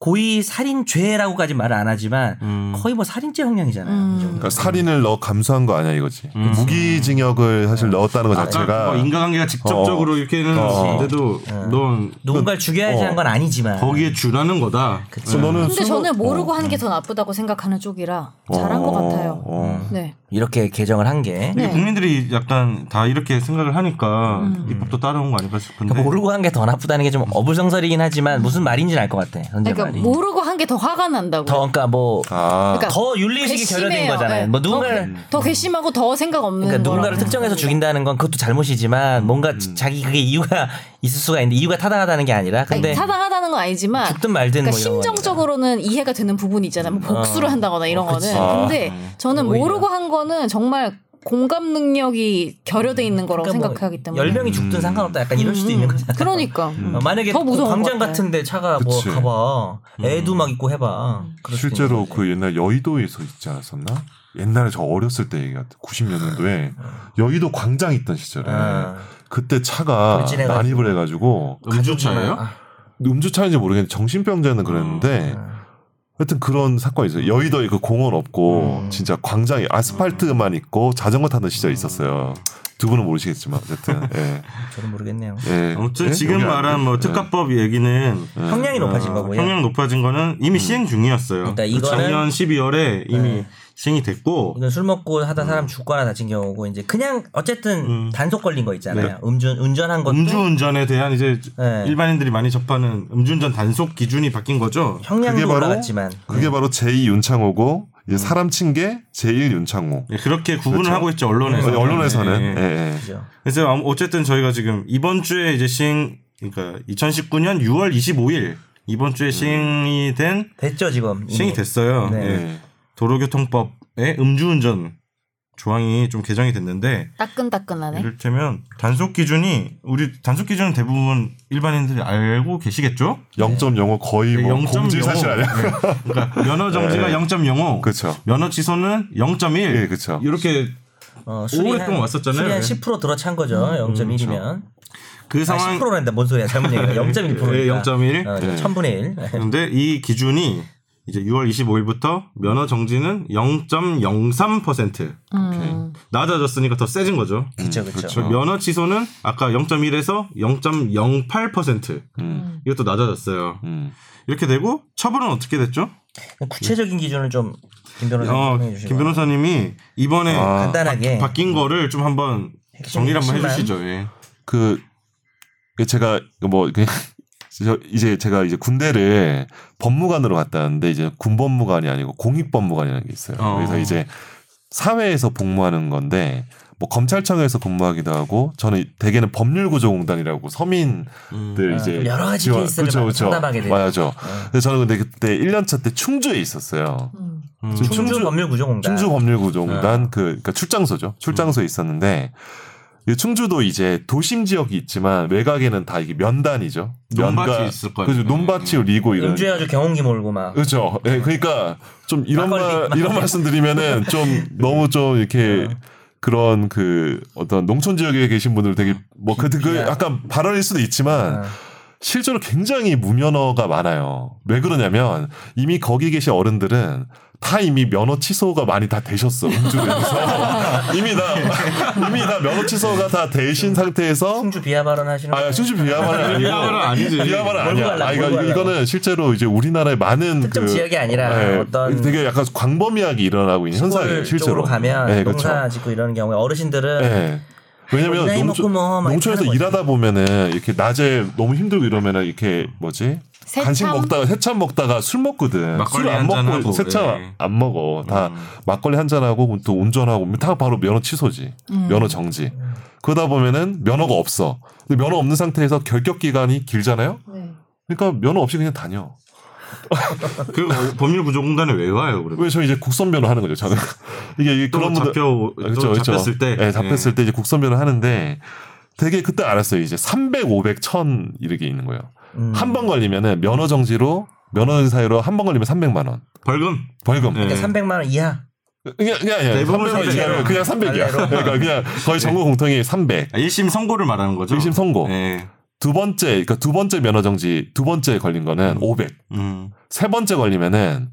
고의 살인죄라고까지 말을 안 하지만 음. 거의 뭐 살인죄 형량이잖아요. 이 정도. 그러니까 살인을 넣어 감수한 거 아니야 이거지. 무기징역을 사실 넣었다는 거 아까 자체가 그거 그러니까 인과관계가 직접적으로 어. 이렇게 는 어. 데도 네. 넌 누군가를 죽여야지 한 건 아니지만 그 어. 거기에 준하는 거다. 그래서 너는 근데 술 먹- 저는 모르고 어. 하는 게 네. 더 나쁘다고 생각하는 쪽이라 잘한 것 어, 같아요. 어. 네. 이렇게 개정을 한 게 이게 국민들이 약간 다 이렇게 생각을 하니까 입법도 따라온 거 아닐까 네. 싶은데 그러니까 모르고 한 게 더 나쁘다는 게 좀 어불성설이긴 하지만 무슨 말인지는 알 것 같아. 현재 그러니까 말이. 모르고 한 게 더 화가 난다고. 더 그러니까 뭐 더 아, 그러니까 윤리의식이 괘씸해요. 결여된 거잖아요. 네. 뭐 더, 누군가를 괘- 더 괘씸하고 더 생각 없는 그러니까 누군가를 거라고 특정해서 생각합니다. 죽인다는 건 그것도 잘못이지만 뭔가 음. 자기 그게 이유가 있을 수가 있는데 이유가 타당하다는 게 아니라 아니, 근데 타당하다는 건 아니지만 네. 죽든 말든 그러니까 뭐 이런 어. 심정적으로는 이해가 되는 부분이 있잖아요. 뭐 복수를 한다거나 이런 거는. 근데 저는 오히려. 모르고 한 거는 정말 공감 능력이 결여돼 있는 거라고 그러니까 뭐 생각하기 때문에. 열 명이 음. 죽든 상관없다 약간 이럴 수도 있는 거잖아. 그러니까. 어, 만약에 더 그 무서운 광장 것 같아. 같은데 차가 뭐 그치. 음. 가봐 애도 막 있고 해봐. 그럴 수도 있는 실제로 거지. 그 옛날 여의도에서 있지 않았었나? 옛날에 저 어렸을 때 얘기 같아. 네. 90년도에 여의도 광장 있던 시절에 아. 그때 차가 돌진해가지고. 난입을 해가지고 아, 음주차예요? 음주차인지 모르겠는데 정신병자는 음, 그랬는데 네. 하여튼 그런 사건이 있어요. 음. 여의도에 그 공원 없고 진짜 광장이 아스팔트만 있고 자전거 타는 시절이 있었어요. 두 분은 모르시겠지만 (laughs) 어쨌든 예. 저는 모르겠네요. 예. 아무튼 예? 지금 여기 말한 안- 뭐 예. 특가법 얘기는 네. 음. 형량이 높아진 어, 거고요. 형량 높아진 거는 이미 시행 중이었어요. 그러니까 이거는- 네. 작년 12월에 이미 시행이 됐고 이건 술 먹고 하다 사람 죽거나 다친 경우고 이제 그냥 어쨌든 단속 걸린 거 있잖아요. 네. 음주 운전한 것도 음주운전에 대한 이제 네. 일반인들이 많이 접하는 음주운전 단속 기준이 바뀐 거죠. 그게 형량도 바로- 올라갔지만 네. 그게 바로 제2 음. 윤창호고 이제 사람 친 게 제1 윤창호. 네, 그렇게 구분을 그렇죠. 하고 있죠 언론에서. 아니, 언론에서는 네. 예, 예. 그죠. 그래서 아무- 어쨌든 저희가 지금 이번 주에 이제 시행 그러니까 2019년 6월 25일 이번 주에 시행이 된 됐죠 지금. 시행이 이미. 됐어요. 음. 네. 예. 도로교통법에 음주운전 조항이 좀 개정이 됐는데 음. 따끈따끈하네. 이를테면 단속 기준이 우리 단속 기준은 대부분 일반인들이 알고 계시겠죠? 0.05 거의 뭐 0.05. 공지 사실 아니야. 네. 네. 그러니까 면허 정지가 0.05. (laughs) 그렇죠. 면허 취소는 0.1. 예, 그렇죠. 이렇게 어, 오랫동안 왔었잖아요. 술이 한10% 들어찬 거죠. 0.1이면 그 아, 상황 10%란다. 뭔 소리야? 잘못 얘기해. 0.1%. 예, 0.1. 어, 1000분의 1. 그런데 이 기준이 이제 6월 25일부터 면허 정지는 0.03% 음. 음. 낮아졌으니까 더 세진 거죠. 그렇죠, 그렇죠. 저 면허 취소는 아까 0.1에서 0.08% 음. 이것도 낮아졌어요. 음. 이렇게 되고 처벌은 어떻게 됐죠? 구체적인 기준을 좀 김 변호사 님 어, 설명해 네, 주시고 김 변호사님이 이번에 아, 간단하게 바뀐 거를 좀 한번 핵심, 정리를 한번 핵심만. 해주시죠. 예. 그 제가 뭐 그- (laughs) 저 이제 제가 이제 군대를 법무관으로 갔다 왔는데 이제 군법무관이 아니고 공익법무관이라는 게 있어요. 어. 그래서 이제 사회에서 복무하는 건데 뭐 검찰청에서 근무하기도 하고 저는 대개는 법률구조공단이라고 서민들 네. 이제 여러 가지 아, 케이스를 그쵸, 막 그쵸. 상담하게 되죠. 맞아요. 그래서 저는 근데 그때 1년차 때 충주에 있었어요. 음. 충- 충주 네. 법률구조공단. 충주 법률구조공단 그 그러니까 출장소죠. 음. 출장소에 있었는데 이 충주도 이제 도심 지역이 있지만 외곽에는 다 이게 면단이죠. 논밭이 있을 거예요. 그죠. 논밭이 리고 이런. 음주해 가지고 경운기 몰고 막 그렇죠. 예, 그러니까 좀 이런 막걸리, 말 막걸리. 이런 말씀 드리면은 좀 너무 좀 이렇게 그런 그 어떤 농촌 지역에 계신 분들 되게 뭐그 그 비비야. 약간 발언일 수도 있지만 어. 실제로 굉장히 무면허가 많아요. 왜 그러냐면 이미 거기 계신 어른들은 다 이미 면허 취소가 많이 다 되셨어 음주에서 (laughs) 이미 다 이미 다 면허 취소가 다 되신 상태에서 충주 비하 발언하시는 아, 충주 비하발은 아니고. 비하발은 아니지. 비하발은 몰고 아니야. 가려고, 아, 이거, 몰고 가려고. 이거는 실제로 이제 우리나라의 많은 특정 그- 지역이 아니라 어떤 되게 약간 광범위하게 일어나고 있는 현상이에요. 시골 쪽으로 실제로 가면 네, 그렇죠. 농사 짓고 이러는 경우에 어르신들은 네. 예. 왜냐면 나이 먹고 농촌, 뭐 많이 농촌에서 하는 거지. 일하다 보면은 이렇게 낮에 너무 힘들고 이러면은 이렇게 뭐지 새참? 간식 먹다가 새참 먹다가 술 먹거든 막걸리 술 안 한잔 먹고 하고, 새참 예. 안 먹어 다 막걸리 한 잔 하고 또 운전하고 다 바로 면허 취소지 음. 면허 정지 그러다 보면은 면허가 없어 근데 면허 없는 상태에서 결격 기간이 길잖아요 네. 그러니까 면허 없이 그냥 다녀 그리고 법률구조공단에 왜 와요? 그러면 왜 저 이제 국선 면허 하는 (laughs) 거죠 저는 이게, 이게 또 그런 분들 잡혀 아, 그쵸, 또 그쵸. 잡혔을 때 예, 잡혔을 때 이제 국선면을 하는데 되게 그때 알았어요. 이제 300, 500, 1000 이렇게 있는 거예요. 음. 한 번 걸리면은 면허 정지로 면허 사유로 한 번 걸리면 300만 원 예. 벌금 벌금. 예. 그러니까 300만 원 이하 그냥 그냥 그냥 대부분 300만 원이야. 300. 그냥 300이야. 발레로. 그러니까 그냥 거의 전국 공통이 300. 아, 1심 선고를 말하는 거죠. 1심 선고. 예. 두 번째 그러니까 두 번째 면허 정지 두 번째 걸린 거는 500. 음. 세 번째 걸리면은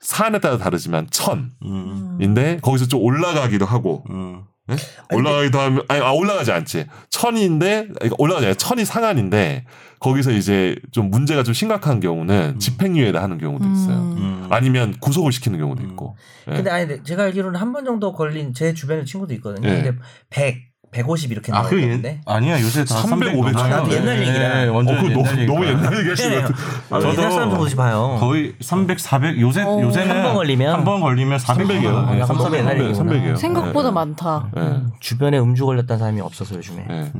사안에 따라 다르지만 1000인데 음. 거기서 좀 올라가기도 하고 음. 올라가기도 하면 아니 아, 올라가지 않지 천인데 그러니까 올라가지 않아 천이 상한인데 거기서 이제 좀 문제가 좀 심각한 경우는 집행유예를 하는 경우도 있어요 음. 아니면 구속을 시키는 경우도 있고 네. 예. 근데 아니 제가 알기로는 한 번 정도 걸린 제 주변에 친구도 있거든요 예. 근데 100 150 이렇게 네. 아, 그 나오는데 옛, 아니야 요새 다 300, 300, 500 넘어요. 나도 옛날 얘기라. 예, 완전 어, 그거 너무, 옛날 너무 얘기라. 옛날 얘기하신 것 그래요. 같아 아, 저도 옛날 사람들 보지 마요 거의 300, 400 요새 요새는 어, 한번 걸리면? 한번 걸리면 400이에요. 아, 너무 옛날 얘기구나. 300, 300이에요 네. 생각보다 음. 많다. 주변에 음주 걸렸다는 사람이 없어서 요즘에 네. 예.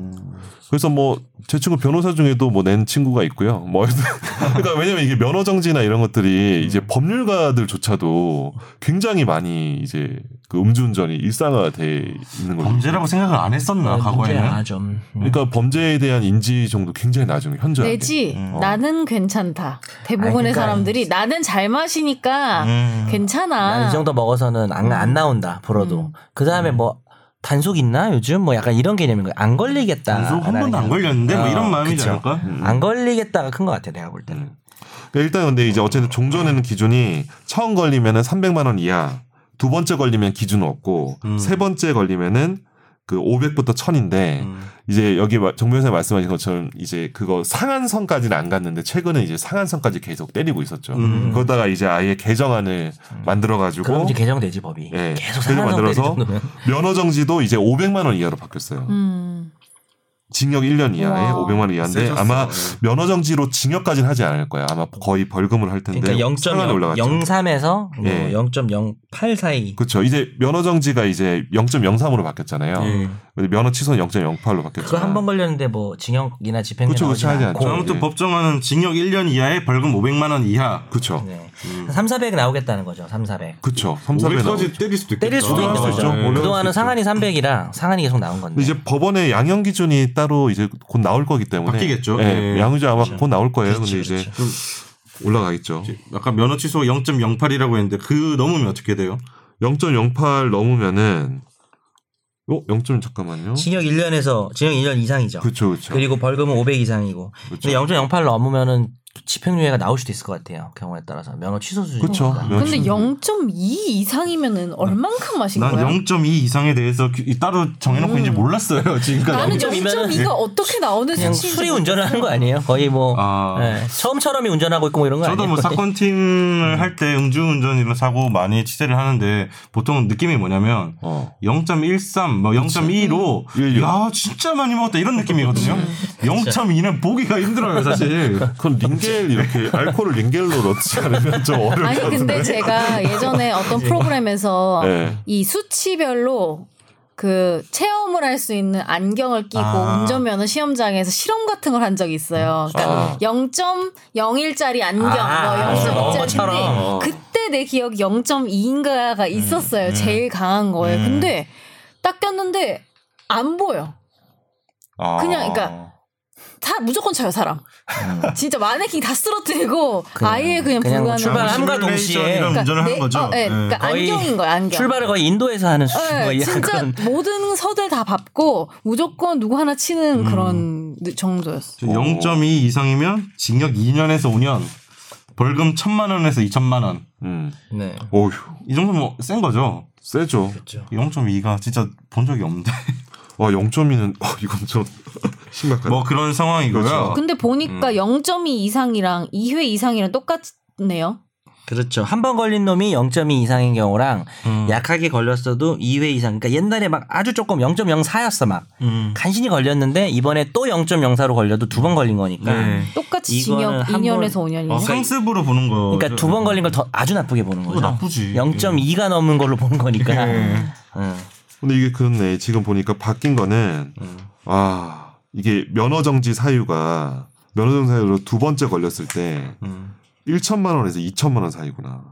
그래서 뭐 제 친구 변호사 중에도 뭐 낸 친구가 있고요. 뭐 (laughs) 그러니까 왜냐면 이게 면허 정지나 이런 것들이 이제 법률가들조차도 굉장히 많이 이제 그 음주운전이 일상화돼 있는 거죠. 범죄라고 생각을 안 네, 했었나 아, 과거에는. 아좀 음. 그러니까 범죄에 대한 인지 정도 굉장히 낮은 현재. 내지 나는 괜찮다. 대부분의 아니, 그러니까 사람들이 나는 잘 마시니까 음. 괜찮아. 이 정도 먹어서는 안, 안 나온다 앞으로도 그 다음에 뭐 단속 있나 요즘 뭐 약간 이런 개념인 거예요 안 걸리겠다 어, 단속 한 번도 안 걸렸는데 뭐 아, 이런 마음이지 않을까? 안 걸리겠다가 큰 것 같아 내가 볼 때는 그러니까 일단 근데 이제 어쨌든 종전에는 기준이 처음 음. 걸리면은 300만 원 이하, 두 번째 걸리면 기준 없고 세 번째 걸리면은 그 500부터 1000인데 음. 이제 여기 마- 정 변호사 말씀하신 것처럼 이제 그거 상한선까지는 안 갔는데 최근에 이제 상한선까지 계속 때리고 있었죠. 음. 그러다가 이제 아예 개정안을 만들어 음. 그럼 가지고 이제 개정되지 법이. 예, 계속 그래서 상한선 때릴 만들어서 정도면. (laughs) 면허 정지도 이제 500만 원 이하로 바뀌었어요. 음. 징역 1년 이하에 와. 500만 원 이하인데 세졌어. 아마 면허 정지로 징역까지는 하지 않을 거예요. 아마 거의 벌금을 할 텐데 그러니까 상한에 올라갔죠. 0.03에서 예. 0.08 사이. 그렇죠. 이제 면허 정지가 이제 0.03으로 바뀌었잖아요. 예. 근데 면허 취소는 0.08로 바뀌었죠. 그거 한 번 걸렸는데 뭐 징역이나 집행유예 그렇죠. 그쵸, 그쵸, 하지 않죠. 아무튼 예. 법정은 징역 1년 이하에 벌금 500만 원 이하. 그렇죠. 네. 3, 400 나오겠다는 거죠. 3, 400. 그렇죠. 3, 4배 나오죠. 500까지 때릴 수도 있겠다. 아, 네. 때릴 수도 있는 수 거죠. 있죠. 올라갈 그렇죠. 그동안은 수 있죠. 상한이 300이라 상한이 계속 나온 건데. 이제 법원에 양형 기준이 따로 이제 곧 나올 거기 때문에 바뀌겠죠. 그렇죠. 예, 예. 양형 기준 아마 곧 나올 거예요. 그렇지, 뭐 근데 이제 그렇죠, 그렇지. 올라가겠죠. 네. 아까 면허 취소 0.08이라고 했는데 그 넘으면 어떻게 돼요? 0.08 넘으면은 어, 0. 잠깐만요. 징역 1년에서 징역 1년 이상이죠. 그렇죠, 그렇죠. 그리고 벌금은 500 이상이고. 근데 그렇죠. 0.08 넘으면은 집행유예가 나올 수도 있을 것 같아요. 경우에 따라서 면허 취소 수준. 그렇죠. 근데 0.2 이상이면은 얼만큼 마신 난 거야? 0.2 이상에 대해서 규- 이 따로 정해놓고 음. 이제 몰랐어요. (laughs) 지금까지. 나는 0.2 면은 0.2가 어떻게 나오는 그냥 수치인지 술이 운전을 하는 거 아니에요? 거의 뭐 아. 예, 처음처럼이 운전하고 있고 뭐 이런 거 저도 아니에요? 뭐 사건 팀을 할 때 음주운전 이런 사고 많이 취재를 하는데 보통 느낌이 뭐냐면 어. 0.13, 뭐 0.15, 일류. 야 진짜 많이 먹었다 이런 느낌이거든요. 음. 0.2는 보기가 힘들어요 (laughs) 사실. 그건 링겔 이렇게 알코올을 링겔로 넣지 않으면 좀 어려울 아니 것 같은데. 근데 제가 예전에 어떤 프로그램에서 네. 이 수치별로 그 체험을 할 수 있는 안경을 끼고 아. 운전면허 시험장에서 실험 같은 걸 한 적이 있어요. 그러니까 아. 0.01짜리 안경, 아, 뭐 어, 0.1짜리 것처럼. 근데 그때 내 기억 0.2인가가 있었어요. 제일 강한 거예요. 근데 딱 꼈는데 안 보여. 아. 그냥 그러니까 다 무조건 쳐요 사람. 진짜 마네킹 다 쓰러뜨리고 아예 그냥, 그냥 불가능. 출발 출발함과 시뮬레이션이랑 동시에 운전을 내- 하는 거죠. 어, 예, 예. 그러니까 거의 안경인 거야 안경. (laughs) 출발을 거의 인도에서 하는 수- 예, 거의 진짜 약간 모든 서들 다 밟고 무조건 누구 하나 치는 그런 느- 정도였어. 0.2 이상이면 징역 2년에서 5년, 벌금 1천만 원에서 2천만 원. 음. 네. 오휴. 이 정도면 뭐센 거죠. 세죠. 그렇죠. 0.2가 진짜 본 적이 없는데. (laughs) 와, 0.2는 어, 이건 좀 심각하다. 뭐 그런 상황이고요. 그렇죠. 근데 보니까 0.2 이상이랑 2회 이상이랑 똑같네요. 그렇죠. 한 번 걸린 놈이 0.2 이상인 경우랑 음. 약하게 걸렸어도 2회 이상. 그러니까 옛날에 막 아주 조금 0.04였어 막. 음. 간신히 걸렸는데 이번에 또 0.04로 걸려도 두 번 걸린 거니까. 네. 똑같이 이거는 징역 한 2년에서 번- 5년이네. 어, 상습으로 보는 거. 그러니까 두 번 걸린 걸 더 아주 나쁘게 보는 거죠. 어, 나쁘지. 예. 0.2가 넘은 걸로 보는 거니까. 예. 응. 근데 이게 그렇네. 지금 보니까 바뀐 거는 음. 아 이게 면허 정지 사유가 면허 정지 사유로 두 번째 걸렸을 때 음. 1천만 원에서 2천만 원 사이구나.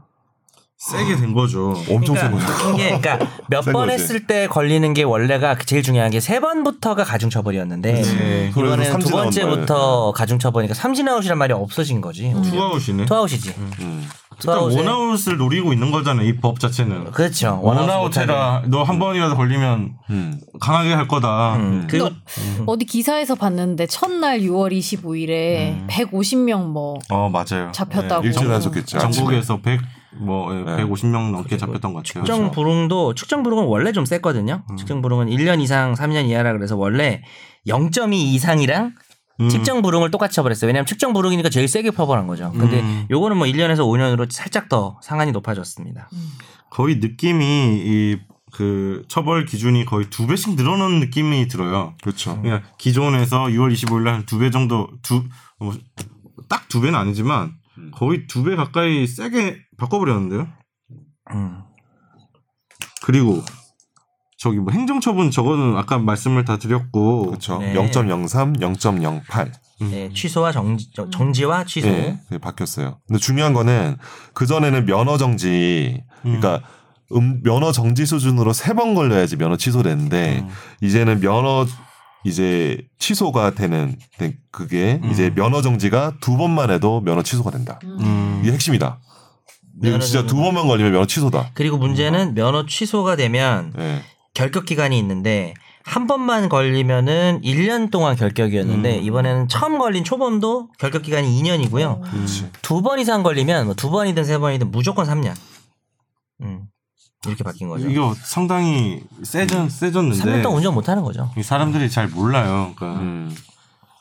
세게 된 거죠. 엄청 센 거죠. 그러니까 이게 그러니까 몇 센 번 거지. 했을 때 걸리는 게 원래가 그 제일 중요한 게 세 번부터가 가중처벌이었는데 네. 그래서 이번에는 두 삼진 아웃 뭐, 네. 번째부터 가중처벌이니까 삼진아웃이란 말이 없어진 거지. 투아웃이네. 투아웃이지. 음. 음. 일단 투아웃에- 원아웃을 노리고 있는 거잖아요. 이 법 자체는. 그렇죠. 원아웃 해라. 너 한 번이라도 걸리면 음. 강하게 할 거다. 그리고 음. 어디 기사에서 봤는데 첫날 6월 25일에 150명 뭐 어 맞아요. 잡혔다고. 예, 네, 일제 정- 단속했죠. 전국에서 100, 뭐 예, 네. 150명 넘게 그렇죠. 잡혔던 것 같아요. 측정 불응도 측정 불응은 원래 좀 셌거든요. 음. 측정 불응은 1년 이상 3년 이하라 그래서 원래 0.2 이상이랑 음. 측정 불응을 똑같이 처벌했어요. 왜냐하면 측정 불응이니까 제일 세게 처벌한 거죠. 근데 음. 요거는 뭐 1년에서 5년으로 살짝 더 상한이 높아졌습니다. 거의 느낌이 이 그 처벌 기준이 거의 두 배씩 늘어나는 느낌이 들어요. 그렇죠. 그냥 기존에서 2월 25일 날 두 배 정도 두 딱 두 배는 아니지만 음. 거의 두 배 가까이 세게 바꿔버렸는데요. 음. 그리고 저기 뭐 행정처분 저거는 아까 말씀을 다 드렸고 그렇죠. 네. 0.03, 0.08. 음. 네, 취소와 정지, 저- 정지와 취소. 네. 예, 그게 바뀌었어요. 근데 중요한 거는 그 전에는 면허 정지, 그러니까 음, 면허 정지 수준으로 세 번 걸려야지 면허 음. 취소되는데 이제는 면허 이제 취소가 되는 되- 그게 이제 면허 정지가 두 번만 해도 면허 취소가 된다. 음. 음. 이게 핵심이다. 이거 진짜 두 번만 걸리면 면허 취소다. 그리고 음. 문제는 면허 취소가 되면 예. 결격 기간이 있는데 한 번만 걸리면은 1년 동안 결격이었는데 이번에는 처음 걸린 초범도 결격 기간이 음. 음. 2년이고요. 뭐 두 번 이상 걸리면 두 번이든 세 번이든 무조건 3년. 음. 이렇게 바뀐 거죠. 이거 상당히 세졌 세졌는데 3년 동안 운전 못 하는 거죠. 이 사람들이 잘 몰라요. 그러니까 음.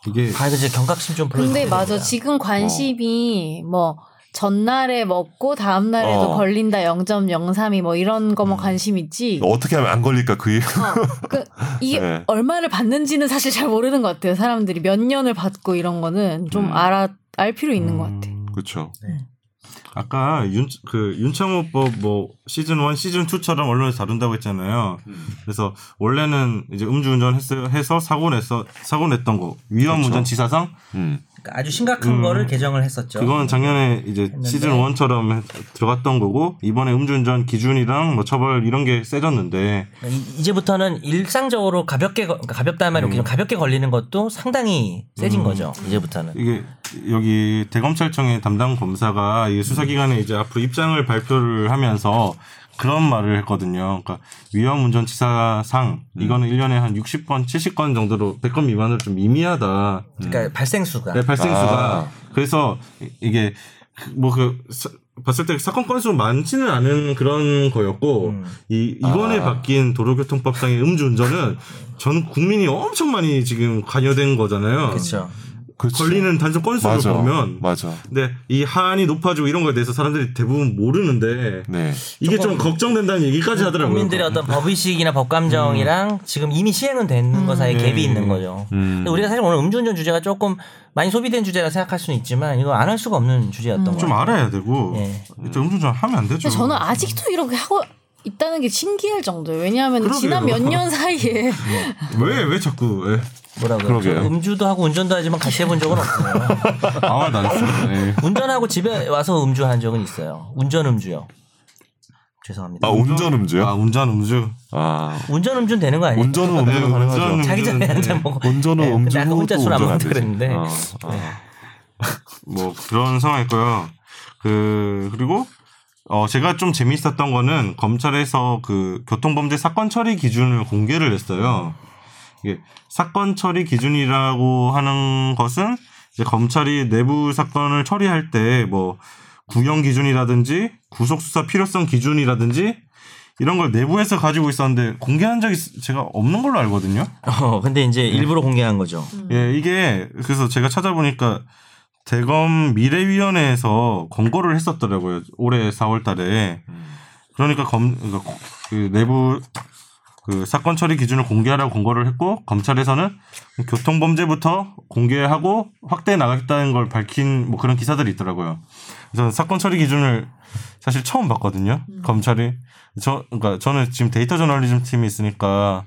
이게 아, 이거 진짜 경각심 좀 불러. 근데 맞아. 지금 관심이 뭐 전날에 먹고 다음 날에도 어. 걸린다 0.03이 뭐 이런 거만 관심 있지. 어떻게 하면 안 걸릴까 그 얘기. 어, 그 이게 네. 얼마를 받는지는 사실 잘 모르는 것 같아요. 사람들이 몇 년을 받고 이런 거는 좀 음. 알아 알 필요 있는 것 같아. 그렇죠. 아까 윤 그 윤창호법 뭐 시즌 1, 시즌 2처럼 언론에서 다룬다고 했잖아요. 그래서 원래는 이제 음주운전 했어 해서 사고 냈어 사고 냈던 거 위험 그렇죠. 운전 지사상 음. 아주 심각한 음. 거를 개정을 했었죠. 그렇죠. 그거는 작년에 이제 시즌 1처럼 들어갔던 거고 이번에 음주운전 기준이랑 뭐 처벌 이런 게 세졌는데 이- 이제부터는 일상적으로 가볍게 거- 그러니까 가볍다는 음. 말이 없겠지만 가볍게 걸리는 것도 상당히 세진 거죠. 이제부터는. 이게 여기 대검찰청의 담당 검사가 이 수사기관에 이제 앞으로 입장을 발표를 하면서 그런 말을 했거든요. 그러니까 위험 운전치사상 이거는 1년에 한 60건, 70건 정도로 100건 미만으로 좀 미미하다. 그러니까 발생 수가 네, 발생수가 아. 그래서 이- 이게 뭐 그 봤을 때 사건 건수 많지는 않은 그런 거였고 이 이번에 음. 아. 바뀐 도로교통법상의 음주운전은 전 국민이 엄청 많이 지금 관여된 거잖아요. 그렇죠. 그렇죠. 걸리는 단순 건수를 맞아. 보면 맞아. 근데 이 한이 높아지고 이런 거에 대해서 사람들이 대부분 모르는데 네. 이게 좀 걱정된다는 얘기까지 하더라고요. 음, 음. 국민들의 어떤 법의식이나 법감정이랑 지금 이미 시행은 되는 것 사이에 갭이 예. 있는 거죠. 근데 우리가 사실 오늘 음주운전 주제가 조금 많이 소비된 주제라 생각할 수는 있지만 이거 안 할 수가 없는 주제였던 거예요. 음. 좀 알아야 되고 예. 일단 음주운전 하면 안 되죠. 근데 저는 아직도 이렇게 하고 있다는 게 신기할 정도예요. 왜냐하면 그러게요. 지난 몇 년 사이에 왜 왜 자꾸 예. 뭐라고요? 그러게요. 저는 음주도 하고 운전도 하지만 같이 해본 적은 없어요. (laughs) 아마 (laughs) 나왔어요. 운전하고 집에 와서 음주한 적은 있어요. 운전 음주요. 죄송합니다. 아 운전 아 음주요? 운전 음주. 아 네, 운전 음주는 되는 거 아니에요? 운전은 음주 가능하죠. 운전은- 자기 전에 한 잔 먹고. 운전은 네, 근데 음주 아까 후 혼자 또 술안 운전 안 먹는다 되지. 그랬는데. 네. 어, 어. 뭐 그런 상황이고요. 그 그리고 어 제가 좀 재미있었던 거는 검찰에서 그 교통범죄 사건 처리 기준을 공개를 했어요. 이게 사건 처리 기준이라고 하는 것은 이제 검찰이 내부 사건을 처리할 때 뭐 구형 기준이라든지 구속 수사 필요성 기준이라든지 이런 걸 내부에서 가지고 있었는데 공개한 적이 제가 없는 걸로 알거든요. 어, 근데 이제 일부러 공개한 거죠. 예, 이게 그래서 제가 찾아보니까 대검 미래위원회에서 권고를 했었더라고요. 올해 4월달에. 그러니까 검 그, 그 내부 그 사건 처리 기준을 공개하라고 권고를 했고 검찰에서는 교통 범죄부터 공개하고 확대해 나가겠다는 걸 밝힌 뭐 그런 기사들이 있더라고요. 그래서 사건 처리 기준을 사실 처음 봤거든요. 검찰이 저 그러니까 저는 지금 데이터 저널리즘 팀이 있으니까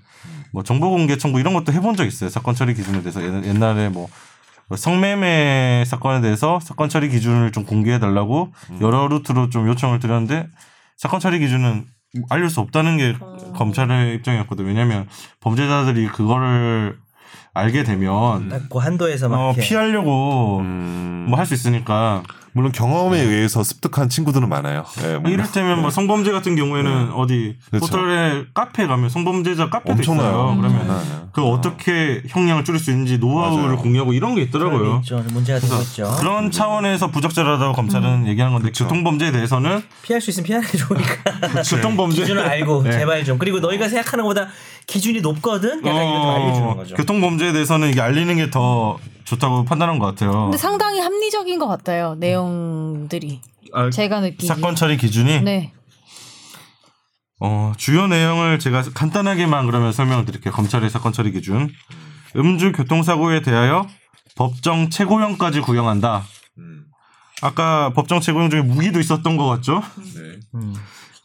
뭐 정보 공개 청구 이런 것도 해본 적 있어요. 사건 처리 기준에 대해서 옛- 옛날에 뭐 성매매 사건에 대해서 사건 처리 기준을 좀 공개해 달라고 여러 루트로 좀 요청을 드렸는데 사건 처리 기준은 알릴 수 없다는 게 검찰의 입장이었거든요. 왜냐하면 범죄자들이 그거를 알게 되면 딱 그 한도에서 막 어, 이렇게. 피하려고 음. 뭐 할 수 있으니까 물론 경험에 의해서 습득한 친구들은 많아요. 예, 물론. 이를테면 뭐 성범죄 같은 경우에는 어디 그렇죠. 포털에 카페 가면 성범죄자 카페도 엄청나요. 있어요. 네, 그러면 네. 그 어떻게 형량을 줄일 수 있는지 노하우를 맞아요. 공유하고 이런 게 있더라고요. 있죠. 문제가 되고 있죠. 그런 차원에서 부적절하다고 음. 검찰은 얘기하는 건데 그렇죠. 교통범죄에 대해서는 피할 수 있으면 피하는 게 좋으니까. (laughs) 교통범죄 기준을 알고 네. 제발 좀 그리고 너희가 생각하는 것보다 기준이 높거든. 약간 이거 어, 좀 알려주는 거죠. 그 교통범죄에 대해서는 이게 알리는 게 더 좋다고 판단한 것 같아요. 근데 상당히 합리적인 것 같아요. 내용들이 아, 제가 느끼기. 사건 처리 기준이 네. 어, 주요 내용을 제가 간단하게만 그러면 설명을 드릴게요. 검찰의 사건 처리 기준. 음주 교통사고에 대하여 법정 최고형까지 구형한다. 아까 법정 최고형 중에 무기도 있었던 것 같죠? 음.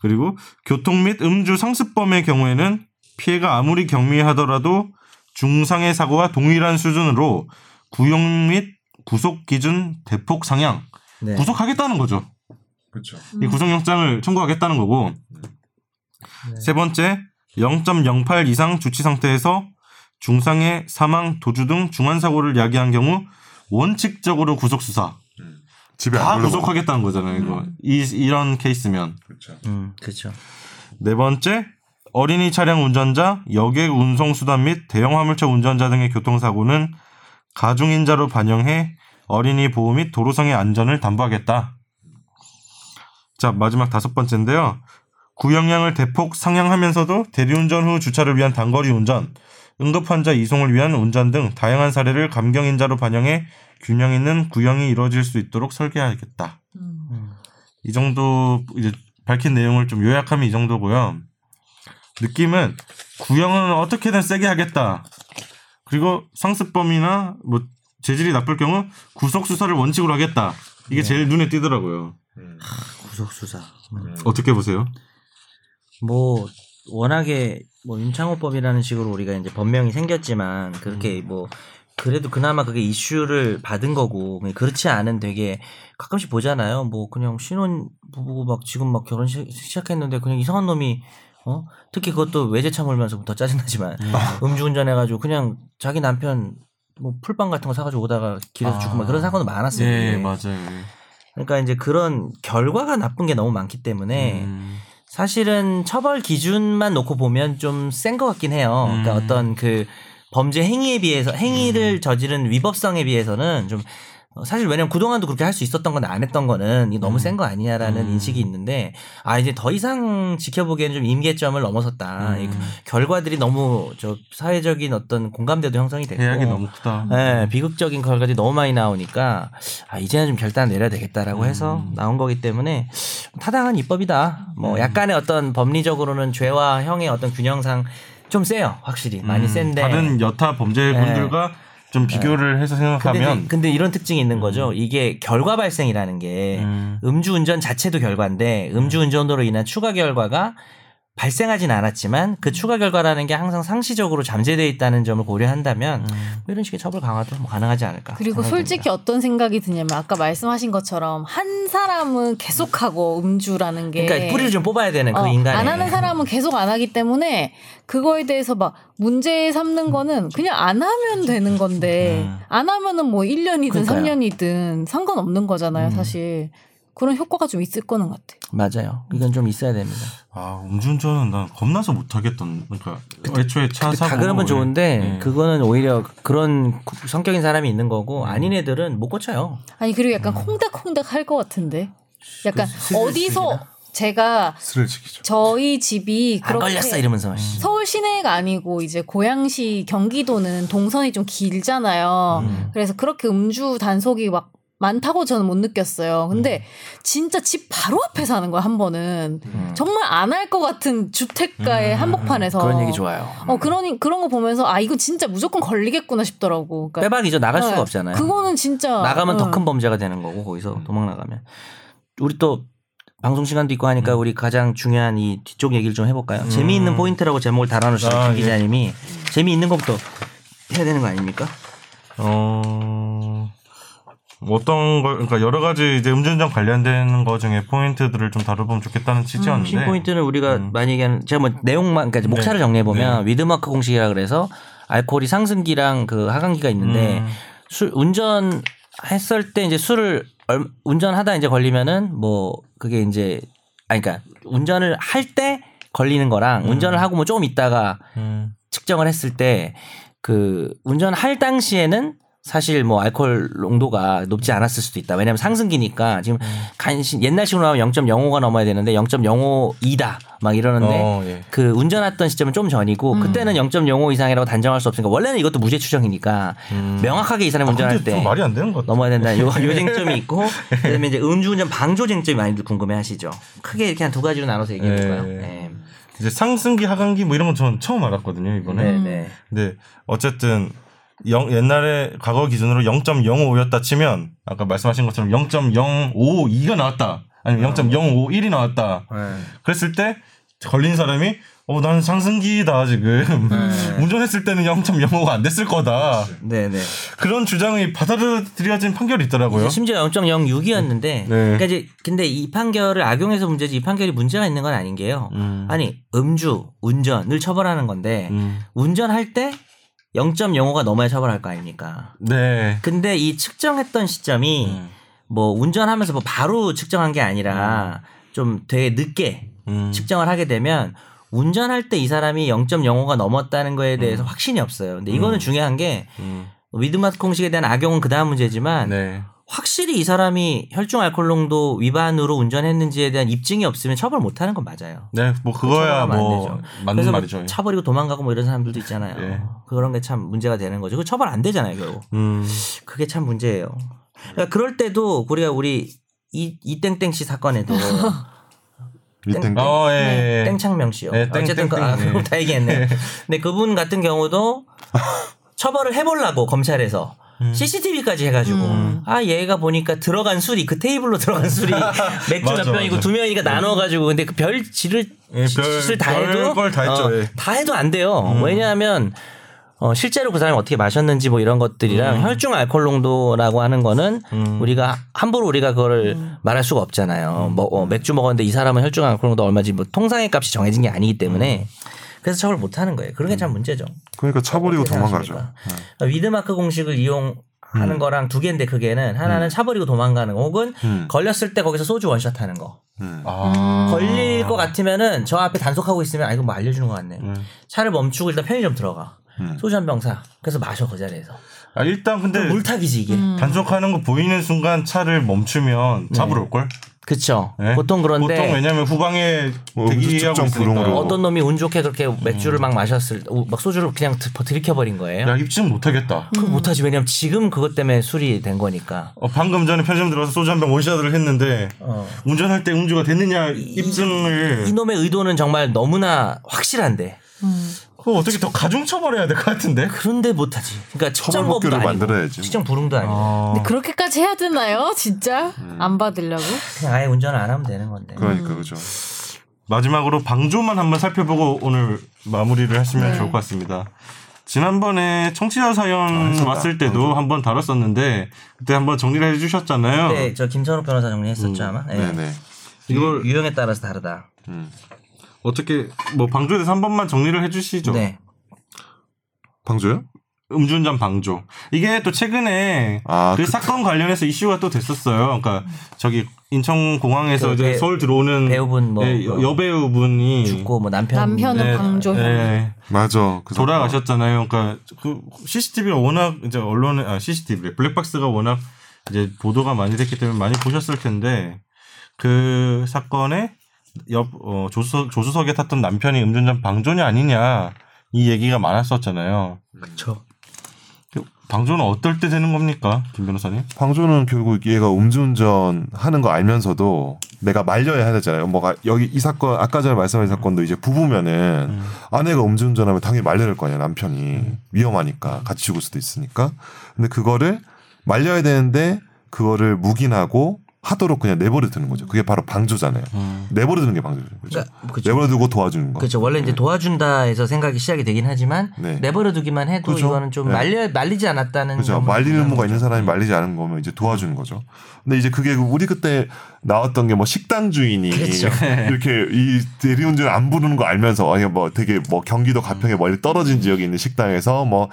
그리고 교통 및 음주 상습범의 경우에는 피해가 아무리 경미하더라도 중상의 사고와 동일한 수준으로 구형 및 구속 기준 대폭 상향. 네. 구속하겠다는 거죠. 그렇죠. 이 구속영장을 청구하겠다는 거고 세 번째 0.08 이상 주치 상태에서 중상해 사망 도주 등 중한 사고를 야기한 경우 원칙적으로 구속 수사 집에 다 안 불러. 구속하겠다는 거잖아요 이거 이, 이런 케이스면 음, 그렇죠. 네 번째 어린이 차량 운전자 여객 운송 수단 및 대형 화물차 운전자 등의 교통사고는 가중인자로 반영해 어린이 보호 및 도로상의 안전을 담보하겠다. 자 마지막 다섯 번째인데요. 구형량을 대폭 상향하면서도 대리운전 후 주차를 위한 단거리 운전, 응급환자 이송을 위한 운전 등 다양한 사례를 감경인자로 반영해 균형 있는 구형이 이루어질 수 있도록 설계하겠다. 이 정도 이제 밝힌 내용을 좀 요약하면 이 정도고요. 느낌은 구형은 어떻게든 세게 하겠다. 그리고 상습범이나 뭐 재질이 나쁠 경우 구속 수사를 원칙으로 하겠다. 이게 네. 제일 눈에 띄더라고요. 음, 구속 수사. 음. 어떻게 보세요? 뭐 워낙에 뭐 윤창호법이라는 식으로 우리가 이제 법명이 생겼지만 그렇게 뭐 그래도 그나마 그게 이슈를 받은 거고 그렇지 않은 되게 가끔씩 보잖아요. 뭐 그냥 신혼 부부고 막 지금 막 결혼 시, 시작했는데 그냥 이상한 놈이 어 특히 그것도 외제차 몰면서 더 짜증나지만 음주운전 아, 해가지고 그냥 자기 남편 뭐 풀빵 같은 거 사가지고 오다가 길에서 죽고 막 그런 사건도 많았어요. 네, 예. 맞아요. 그러니까 이제 그런 결과가 나쁜 게 너무 많기 음. 때문에 사실은 처벌 기준만 놓고 보면 좀 센 것 같긴 해요. 그러니까 음. 어떤 그 범죄 행위에 비해서 행위를 저지른 위법성에 비해서는 좀 어, 사실 왜냐면 그동안도 그렇게 할 수 있었던 건 안 했던 거는 이게 음. 너무 센 거 아니냐라는 인식이 있는데 아 이제 더 이상 지켜보기에는 좀 임계점을 넘어섰다. 음. 이 결과들이 너무 저 사회적인 어떤 공감대도 형성이 됐고 해악이 너무 크다. 예, 비극적인 결과들이 너무 많이 나오니까 아, 이제는 좀 결단 내려야 음. 되겠다라고 해서 나온 거기 때문에 타당한 입법이다. 음. 뭐 약간의 어떤 법리적으로는 죄와 형의 어떤 균형상 좀 세요, 확실히 많이 음, 센데. 네. 다른 여타 범죄분들과 좀 비교를 해서 근데, 이제- 생각하면 근데 이런 특징이 있는 거죠. 이게 결과 발생이라는 게 음. 네. 음주운전 자체도 결과인데 음주운전으로 인한 추가 결과가 발생하진 않았지만 음. 그 추가 결과라는 게 항상 상시적으로 잠재되어 있다는 점을 음. 고려한다면 뭐 이런 식의 처벌 강화도 뭐 가능하지 않을까. 그리고 생각이 솔직히 어떤 생각이 드냐면 아까 말씀하신 것처럼 한 사람은 계속하고 음주라는 게 그러니까 뿌리를 좀 뽑아야 되는 그 예. 어, 인간의 안 하는 사람은 계속 안 하기 때문에 그거에 대해서 막 문제 삼는 거는 그냥 안 하면 되는 건데 안 하면은 뭐 1년이든 음. 그러니까요. 음. 3년이든 상관없는 거잖아요, 사실. 그런 효과가 좀 있을 거는 같아요. 맞아요. 이건 좀 있어야 됩니다. 아 음주운전은 난 겁나서 못하겠던 그러니까 애초에 차 근데 사고 다 그러면 좋은데 예. 그거는 오히려 그런 구- 성격인 사람이 있는 거고 아닌 애들은 못 고쳐요. 아니 그리고 약간 콩닥콩닥 할 것 같은데. 약간 음. 그 어디서 스트레스이나? 제가 스를 지키죠. 저희 집이 안 그렇게 걸렸어 이러면서 씨. 서울 시내가 아니고 이제 고양시 경기도는 동선이 좀 길잖아요. 음. 그래서 그렇게 음주 단속이 막 많다고 저는 못 느꼈어요. 근데 음. 진짜 집 바로 앞에 사는 거야 한 번은 음. 정말 안 할 것 같은 주택가의 한복판에서 그런 얘기 좋아요. 어 그런 그런 거 보면서 아 이거 진짜 무조건 걸리겠구나 싶더라고. 그러니까 빼박이죠. 나갈 네. 수가 없잖아요. 그거는 어. 진짜 나가면 응. 더 큰 범죄가 되는 거고 거기서 도망 나가면 우리 또 방송 시간도 있고 하니까 우리 가장 중요한 이 뒤쪽 얘기를 좀 해볼까요? 재미있는 포인트라고 제목을 음. 달아놓으신 아, 김 예. 기자님이 재미있는 것부터 해야 되는 거 아닙니까? 어 어떤 걸 그러니까 여러 가지 이제 음주운전 관련된 거 중에 포인트들을 좀 다뤄보면 좋겠다는 취지였는데 핵심 포인트는 우리가 많이 얘기하는 제가 뭐 내용만 그러니까 이제 목차를 정리해 보면 위드마크 공식이라 그래서 알코올이 상승기랑 그 하강기가 있는데 술 운전 했을 때 이제 술을 얼- 운전하다 이제 걸리면은 뭐 그게 이제 아니 그러니까 운전을 할 때 걸리는 거랑 운전을 하고 뭐 조금 있다가 음, 측정을 했을 때 그 운전할 당시에는 사실 뭐 알코올 농도가 높지 않았을 수도 있다. 왜냐하면 상승기니까 지금 음. 간신 옛날식으로 하면 0.05가 넘어야 되는데 0.05이다 막 이러는데 어, 예. 그 운전했던 시점은 좀 전이고 그때는 0.05 이상이라고 단정할 수 없으니까 원래는 이것도 무죄 추정이니까 음. 명확하게 이 사람이 운전할 아, 근데 때 좀 말이 안 되는 것 같아. 넘어야 된다. (laughs) 요, 요 쟁점이 있고 그다음에 이제 음주운전 방조 쟁점이 많이들 궁금해하시죠. 크게 이렇게 한 두 가지로 나눠서 얘기해 볼까요? 네. 네. 이제 상승기 하강기 뭐 이런 건 저는 처음 알았거든요 이번에 네. 네. 근데 어쨌든 영- 옛날에 과거 기준으로 0.05였다 치면 아까 말씀하신 것처럼 0.052가 나왔다 아니면 0.051이 나왔다 네. 그랬을 때 걸린 사람이 어, 난 상승기다 지금 (laughs) 운전했을 때는 0.05가 안 됐을 거다 네. 네. 그런 주장이 받아들여진 판결이 있더라고요. 심지어 0.06이었는데 그러니까 이제 근데 이 판결을 악용해서 문제지 이 판결이 문제가 있는 건 아닌 게요. 음. 아니 음주 운전을 처벌하는 건데 음. 운전할 때 0.05가 넘어야 처벌할 거 아닙니까? 네. 근데 이 측정했던 시점이 음. 뭐 운전하면서 뭐 바로 측정한 게 아니라 좀 되게 늦게 음. 측정을 하게 되면 운전할 때 이 사람이 0.05가 넘었다는 거에 대해서 뭐 확신이 없어요. 근데 이거는 중요한 게 위드마스 공식에 대한 악용은 그 다음 문제지만 음. 네. 확실히 이 사람이 혈중 알코올 농도 위반으로 운전했는지에 대한 입증이 없으면 처벌 못 하는 건 맞아요. 네, 뭐 그거야 처벌하면 안 뭐 되죠. 맞는 그래서 뭐 말이죠. 차 버리고 도망가고 뭐 이런 사람들도 있잖아요. 예. 그런 게 참 문제가 되는 거죠. 그 처벌 안 되잖아요, 결국. 음, 그게 참 문제예요. 그러니까 그럴 때도 우리가 우리 이, 이 땡땡 씨 사건에도 일땡 어, 예, 예. 땡창명 씨요. 네, 땡- 어쨌든 그, 땡땡. 아, 그거 네. 다 얘기했네. 근데 그분 같은 경우도 처벌을 해보려고 검찰에서 음. CCTV까지 해가지고 아 얘가 보니까 들어간 술이 그 테이블로 들어간 (laughs) 술이 맥주 맞아, 몇 맞아. 병이고 음. 두 명이니까 나눠가지고 근데 그 별 질을 예, 짓- 별- 짓을 다 별 해도 어, 걸다 했죠, 예. 음. 다 해도 안 돼요. 왜냐하면 어, 실제로 그 사람이 어떻게 마셨는지 뭐 이런 것들이랑 음. 혈중 알코올 농도라고 하는 거는 우리가 함부로 우리가 그거를 말할 수가 없잖아요. 음. 뭐 어, 맥주 먹었는데 이 사람은 혈중 알코올 농도 얼마지 뭐 통상의 값이 정해진 게 아니기 음. 때문에 그래서 처벌 못 하는 거예요. 그런 게 참 문제죠. 그러니까 차 버리고 어떻게 음. 도망가죠. 생각하십니까? 그러니까 위드마크 공식을 이용하는 거랑 두 개인데 그게는 음. 하나는 차버리고 도망가는 거 혹은 음. 걸렸을 때 거기서 소주 원샷 하는 거. 음. 아. 걸릴 것 같으면은 저 앞에 단속하고 있으면 아 이거 뭐 알려주는 것 같네. 차를 멈추고 일단 편의점 들어가. 음. 소주 한 병 사. 그래서 마셔 그 자리에서. 아, 일단 근데 물타기지 이게. 음. 단속하는 거 보이는 순간 차를 멈추면 잡으러 올 걸. 그쵸. 네? 네. 보통 그런데 보통 왜냐면 후방에 뭐 대기하고 음주측정 있으니까. 불응으로. 어떤 놈이 운 좋게 그렇게 맥주를 막 마셨을 우- 막 소주를 그냥 드- 뭐 들이켜 버린 거예요. 야 입증 못하겠다. 그거 못하지 왜냐면 지금 그것 때문에 술이 된 거니까. 어, 방금 전에 편의점 들어서 소주 한 병 원샷을 했는데 어. 운전할 때 음주가 됐느냐 입증을 이놈의 의도는 정말 너무나 확실한데 그거 어떻게 더 가중 처벌해야 될 것 같은데. 그런데 못하지. 그러니까 처벌법규를 처벌법도 아니고 만들어야지. 시정 부릉도 아니고 근데 그렇게까지 해야 음. 되나요? 진짜? 음. 안 받으려고? 그냥 아예 운전을 안 하면 되는 건데. 그러니까 그죠. 마지막으로 방조만 한번 살펴보고 오늘 마무리를 하시면 좋을 것 같습니다. 지난번에 청취자 아, 사연 했었다. 왔을 때도 한번 다뤘었는데 그때 한번 정리를 해주셨잖아요. 네, 저 김선욱 변호사 정리했었죠 아마. 네. 네네. 음. 이걸- 유- 유형에 따라서 다르다. 어떻게 뭐 방조에 대해서 한 번만 정리를 해주시죠. 네. 방조요? 음주운전 방조. 이게 또 최근에 아, 그 그- 사건 관련해서 이슈가 또 됐었어요. 그러니까 저기 인천공항에서 그 이제 배- 서울 들어오는 배우분 뭐- 예, 여- 예. 여배우분이 죽고 뭐 남편 네, 남편은 방조. 예, 맞아. 그 돌아가셨잖아요. 그러니까 그 CCTV가 워낙 이제 언론에 아 CCTV 블랙박스가 워낙 이제 보도가 많이 됐기 때문에 많이 보셨을 텐데 그 사건에 옆 어, 조수석, 조수석에 탔던 남편이 음주운전 방조냐 아니냐 이 얘기가 많았었잖아요. 그쵸. 그 방조는 어떨 때 되는 겁니까, 김 변호사님? 방조는 결국 얘가 음주운전 하는 거 알면서도 내가 말려야 하잖아요. 뭐가 여기 이 사건 아까 전에 말씀하신 사건도 이제 부부면은 아내가 음주운전하면 당연히 말려야 될 거 아니야 남편이 위험하니까 같이 죽을 수도 있으니까. 근데 그거를 말려야 되는데 그거를 묵인하고 하도록 그냥 내버려 두는 거죠. 그게 바로 방조잖아요. 음. 내버려 두는 게 방조죠. 그죠? 그러니까 그쵸. 내버려 두고 도와주는 거. 그렇죠. 원래 이제 도와준다에서 생각이 시작이 되긴 하지만 네. 내버려두기만 해도 그죠. 이거는 좀 네. 말려 말리지 않았다는 뭐 그죠. 점을 그렇죠? 말릴 보면 의무가 있는 사람이 말리지 않은 거면 이제 도와주는 거죠. 근데 이제 그게 우리 그때 나왔던 게 뭐 식당 주인이 그렇죠. (laughs) 이렇게 이 대리운전 안 부르는 거 알면서 아니 뭐 되게 뭐 경기도 음. 가평에 멀리 떨어진 지역에 있는 식당에서 뭐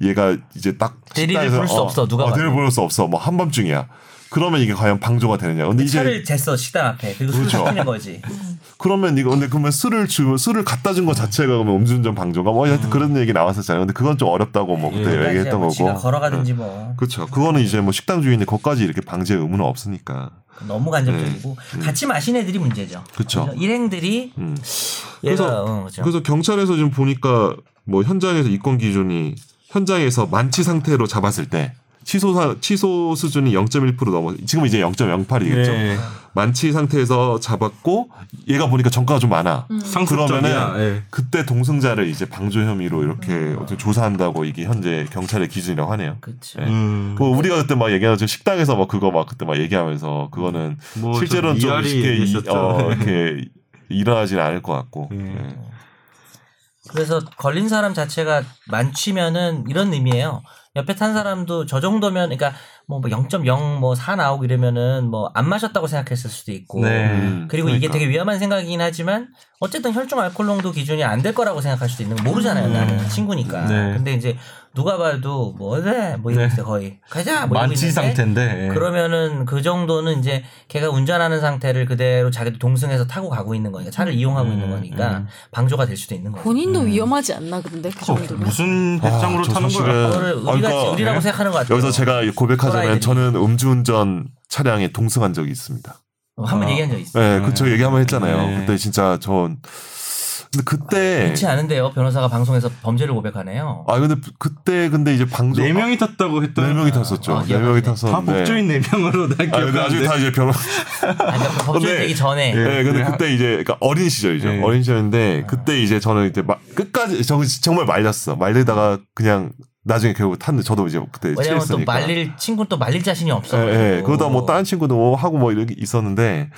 얘가 이제 딱 대리를 식당에서 부를 수 없어, 누가 어, 대리를 봐도. 부를 수 없어 뭐 한밤중이야. 그러면 이게 과연 방조가 되느냐. 근데 이제 차를 쟀어 식당 앞에 그리고 술 그렇죠. 시키는 (laughs) 거지. 그러면 이거 근데 그러면 술을 주면 술을 갖다 준 거 자체가 그러면 음주운전 방조가 뭐 하여튼 그런 얘기 나왔었잖아요. 근데 그건 좀 어렵다고 뭐 그때 그러니까 이제 얘기했던 뭐 지가 거고. 걸어가든지 뭐 그렇죠. 그거는 이제 뭐 식당 주인이 거까지 이렇게 방제 의무는 없으니까. 너무 간접적이고 같이 마신 애들이 문제죠. 예. 그쵸. 일행들이 그렇죠. 음. 얘가 그래서- 어, 그죠. 그래서 경찰에서 지금 보니까 뭐 현장에서 입건 기준이 현장에서 만취 상태로 잡았을 때 취소 사- 취소 수준이 0.1% 넘어 지금 이제 0.08이겠죠. 예. 만취 상태에서 잡았고 얘가 보니까 전과가 좀 많아. 상습적이야. 예. 그때 동승자를 이제 방조 혐의로 이렇게 어떻게 조사한다고 이게 현재 경찰의 기준이라고 하네요. 그쵸. 예. 음. 뭐 우리가 그때 막 얘기하죠 식당에서 막 그거 막 그때 막 얘기하면서 그거는 뭐좀 실제로는 좀 이알이 이렇게, 이- 얘기했었죠. (laughs) 음. 어, 이렇게 일어나진 않을 것 같고 예. 그래서 걸린 사람 자체가 만취면은 이런 의미예요. 옆에 탄 사람도 저 정도면 그러니까 뭐0.0뭐4 나오고 이러면은 뭐 안 마셨다고 생각했을 수도 있고. 음. 네. 그리고 이게 그러니까. 되게 위험한 생각이긴 하지만 어쨌든 혈중 알코올 농도 기준이 안 될 거라고 생각할 수도 있는 거 모르잖아요. 나는 친구니까. 음. 네. 근데 이제 누가 봐도 뭐래 뭐 네. 이러고 있어요 거의 가자 뭐 이러고 만취 있는데 상태인데. 예. 그러면은 그 정도는 이제 걔가 운전하는 상태를 그대로 자기도 동승해서 타고 가고 있는 거니까 차를 이용하고 음, 있는 거니까 방조가 될 수도 있는 거예요. 본인도 위험하지 않나 근데 그 어, 정도면. 무슨 배짱으로 아, 저 타는 거야? 사실은- 그거를 우리가 그러니까 우리라고 네. 생각하는 것 같아요. 여기서 제가 아이들이. 말하자면 저는 음주운전 차량에 동승한 적이 있습니다. 한 번 얘기한 적 있어요. 네, 그쵸 얘기 한번 했잖아요. 네. 그때 진짜 전 근데 그때 아, 그렇지 않은데요. 변호사가 방송에서 범죄를 고백하네요. 네. 아 근데 그때 근데 이제 방조 네 명이 탔다고 했던 네 명이 탔었죠. 아, 네 기억하네. 명이 다 탔었는데 법조인 네 명으로 나 아, 근데 나중에 기억하는데 다 이제 변호. 아, 그러니까 범죄 근데- 되기 전에 네, 근데 그때 이제 그러니까 어린 시절이죠. 네. 어린 시절인데 그때 이제 저는 이제 막 끝까지 저 정말 말렸어. 말리다가 그냥 나중에 결국 탔는데 저도 이제 그때 왜냐면 또 취했으니까. 말릴 친구는 또 말릴 자신이 없어. 예, 예. 그러다 뭐 다른 친구도 뭐 하고 뭐 이렇게 있었는데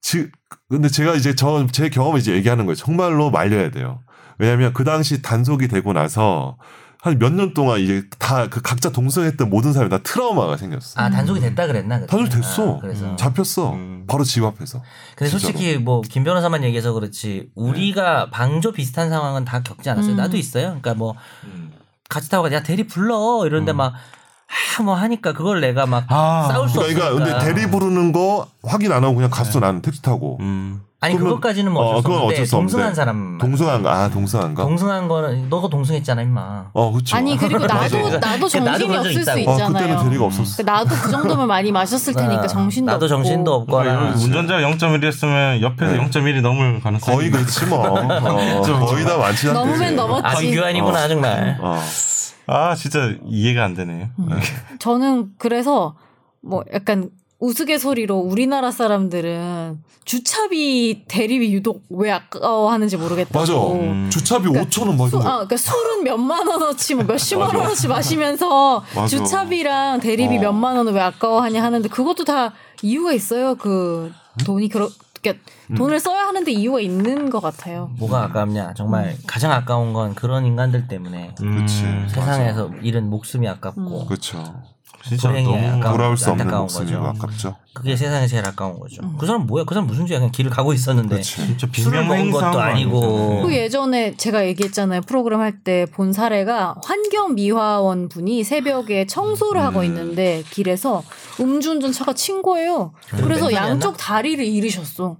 지, 근데 제가 이제 저 제 경험을 이제 얘기하는 거예요. 정말로 말려야 돼요. 왜냐하면 그 당시 단속이 되고 나서 한 몇 년 동안 이제 다 그 각자 동성했던 모든 사람이 다 트라우마가 생겼어. 아 단속이 됐다 그랬나? 그때? 단속 됐어. 아, 그래서 잡혔어. 음. 바로 집 앞에서. 근데 진짜로. 솔직히 뭐 김 변호사만 얘기해서 그렇지 우리가 방조 비슷한 상황은 다 겪지 않았어요. 음. 나도 있어요. 그러니까 뭐 음. 같이 타고 가자. 야 대리 불러 이런데 막 아 뭐 하니까 그걸 내가 막 아. 싸울 수 그러니까, 없으니까. 네. 근데 대리 부르는 거 확인 안 하고 그냥 갔어 나는 택시 타고. 음. 아니 그러면- 그것까지는 뭐 어, 어쩔 수 그건 없는데 어쩔 수 없는데. 동승한 사람 동성한가? 아 동성한가? 동승한 거는 너가 동승했잖아 임마. (laughs) 어 그렇죠. 아니 그리고 나도 (laughs) 맞아요. 나도 그러니까 나도 정신이 그런 적 없을 수 있다고. 아, 그때는 있잖아요. 대리가 없었어. 그 나도 그 정도면 많이 마셨을 테니까 그러니까 정신도 네. 나도 없고. 정신도 없고 그러니까 운전자 0.1이 했으면 옆에서 네. 0.1이 넘을 가능성이 거의 (laughs) 그렇지 뭐. 어, 거의 다 많지 않대. 넘으면 넘었지. 아 유한이구나 (laughs) 정말. 어. 아 진짜 이해가 안 되네요. 저는 그래서 뭐 약간 우스갯소리로 우리나라 사람들은 주차비 대립이 유독 왜 아까워하는지 모르겠다고. 맞아. 음. 주차비 5천 원 음. 수, 아, 맞아. 그러니까 술은 몇만 원어치, 뭐 몇십만 원어치 마시면서 (laughs) 맞아. 주차비랑 대립이 어. 몇만 원을 왜 아까워하냐 하는데 그것도 다 이유가 있어요. 그 돈이 그렇 그러니까 음. 돈을 써야 하는데 이유가 있는 것 같아요. 뭐가 아깝냐 정말 음. 가장 아까운 건 그런 인간들 때문에 음, 그렇지. 세상에서 잃은 목숨이 아깝고 음. 그렇죠. 진짜 불행이야, 너무 약간. 돌아올 수 없는 안타까운 목숨이고 거죠. 네. 아깝죠. 그게 세상에 제일 아까운 거죠. 음. 그 사람 뭐야? 그 사람 무슨 죄야? 그냥 길을 가고 있었는데 진짜 술을 비명 먹은 것도 아니고. 그 예전에 제가 얘기했잖아요. 프로그램 할 때 본 사례가 환경미화원 분이 새벽에 청소를 음. 하고 있는데 길에서 음주운전 차가 친 거예요. 그래서 음. 왼손이었나? 아. 양쪽 다리를 잃으셨어.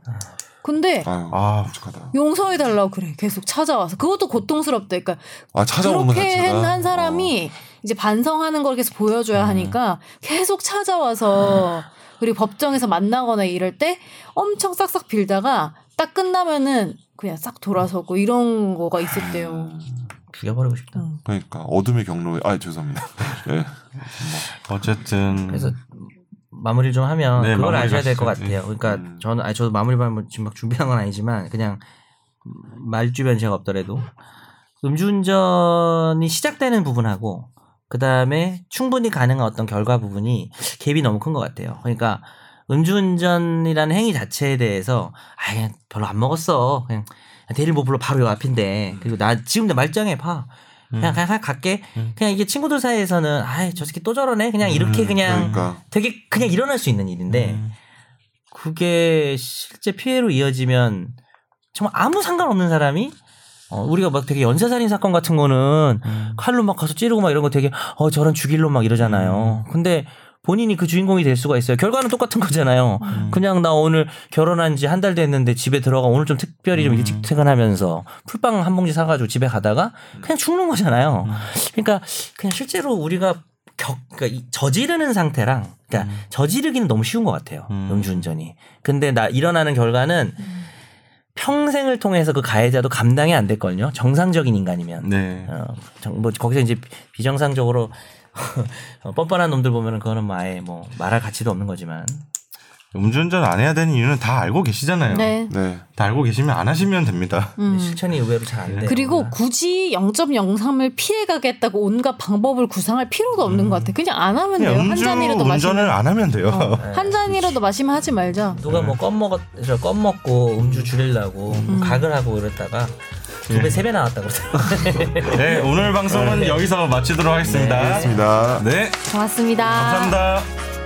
근데 아유, 아. 축하다. 용서해달라고 그래. 계속 찾아와서. 그것도 고통스럽다. 그러니까 아 찾아온 거 그렇게 자체가. 어. 한, 한 사람이 어. 이제 반성하는 걸 계속 네. 보여줘야 하니까 계속 찾아와서 그리고 법정에서 만나거나 이럴 때 엄청 싹싹 빌다가 딱 끝나면은 그냥 싹 돌아서고 이런 거가 있었대요. 죽여버리고 아, 싶다. 음. 어, 그러니까 어둠의 경로에. 아 죄송합니다. 예. 아, 어쨌든 그래서 마무리 좀 하면 음. 네, 그걸 마무리 아셔야 될 것 가시죠. 네. 같아요. 그러니까 저는 아니 저도 마무리 발뭐 지금 막 준비한 건 아니지만 그냥 말주변 제가 없더라도 음주운전이 시작되는 부분하고 그 다음에 충분히 가능한 어떤 결과 부분이 갭이 너무 큰 것 같아요. 그러니까 음주운전이라는 행위 자체에 대해서 아 그냥 별로 안 먹었어. 그냥 대리 못 불러 바로 요 앞인데 그리고 나 지금 내 말짱해 봐. 음. 그냥 그냥 갈게. 그냥 이게 친구들 사이에서는 아저 새끼 또 저러네. 그냥 음, 이렇게 그냥 그러니까 되게 그냥 일어날 수 있는 일인데 그게 실제 피해로 이어지면 정말 아무 상관없는 사람이 어, 우리가 막 되게 연쇄살인 사건 같은 거는 칼로 막 가서 찌르고 막 이런 거 되게 어 저런 죽일로 막 이러잖아요. 근데 본인이 그 주인공이 될 수가 있어요. 결과는 똑같은 거잖아요. 그냥 나 오늘 결혼한 지 한 달 됐는데 집에 들어가 오늘 좀 특별히 좀 일찍 퇴근하면서 풀빵 한 봉지 사가지고 집에 가다가 그냥 죽는 거잖아요. 그러니까 그냥 실제로 우리가 겪, 그러니까 이 저지르는 상태랑, 그러니까 저지르기는 너무 쉬운 것 같아요. 음. 주운전이 근데 나 일어나는 결과는 평생을 통해서 그 가해자도 감당이 안 될걸요. 정상적인 인간이면. 네. 어, 정- 뭐 거기서 이제 비정상적으로 (laughs) 어, 뻔뻔한 놈들 보면은 그거는 뭐 아예 뭐 말할 가치도 없는 거지만 음주운전 안 해야 되는 이유는 다 알고 계시잖아요. 네, 네. 네. 다 알고 계시면 안 하시면 됩니다. 음. 실천이 의외로 잘 안 돼. 네. 그리고 굳이 0.03을 피해가겠다고 온갖 방법을 구상할 필요도 없는 것 같아. 그냥 안 하면 돼요. 음. 그냥 한 음주 잔이라도 마시면 어. 운전을 안 하면 돼요. 한 잔이라도 마시면 하지 말자. 누가 뭐 껌먹었, 저 껌먹고 음주 줄이려고 각을 하고 그랬다가 두 배, 세 배 나왔다고 그러더라고요. 네 오늘 방송은 여기서 마치도록 하겠습니다. 알겠습니다. 네 고맙습니다. 감사합니다.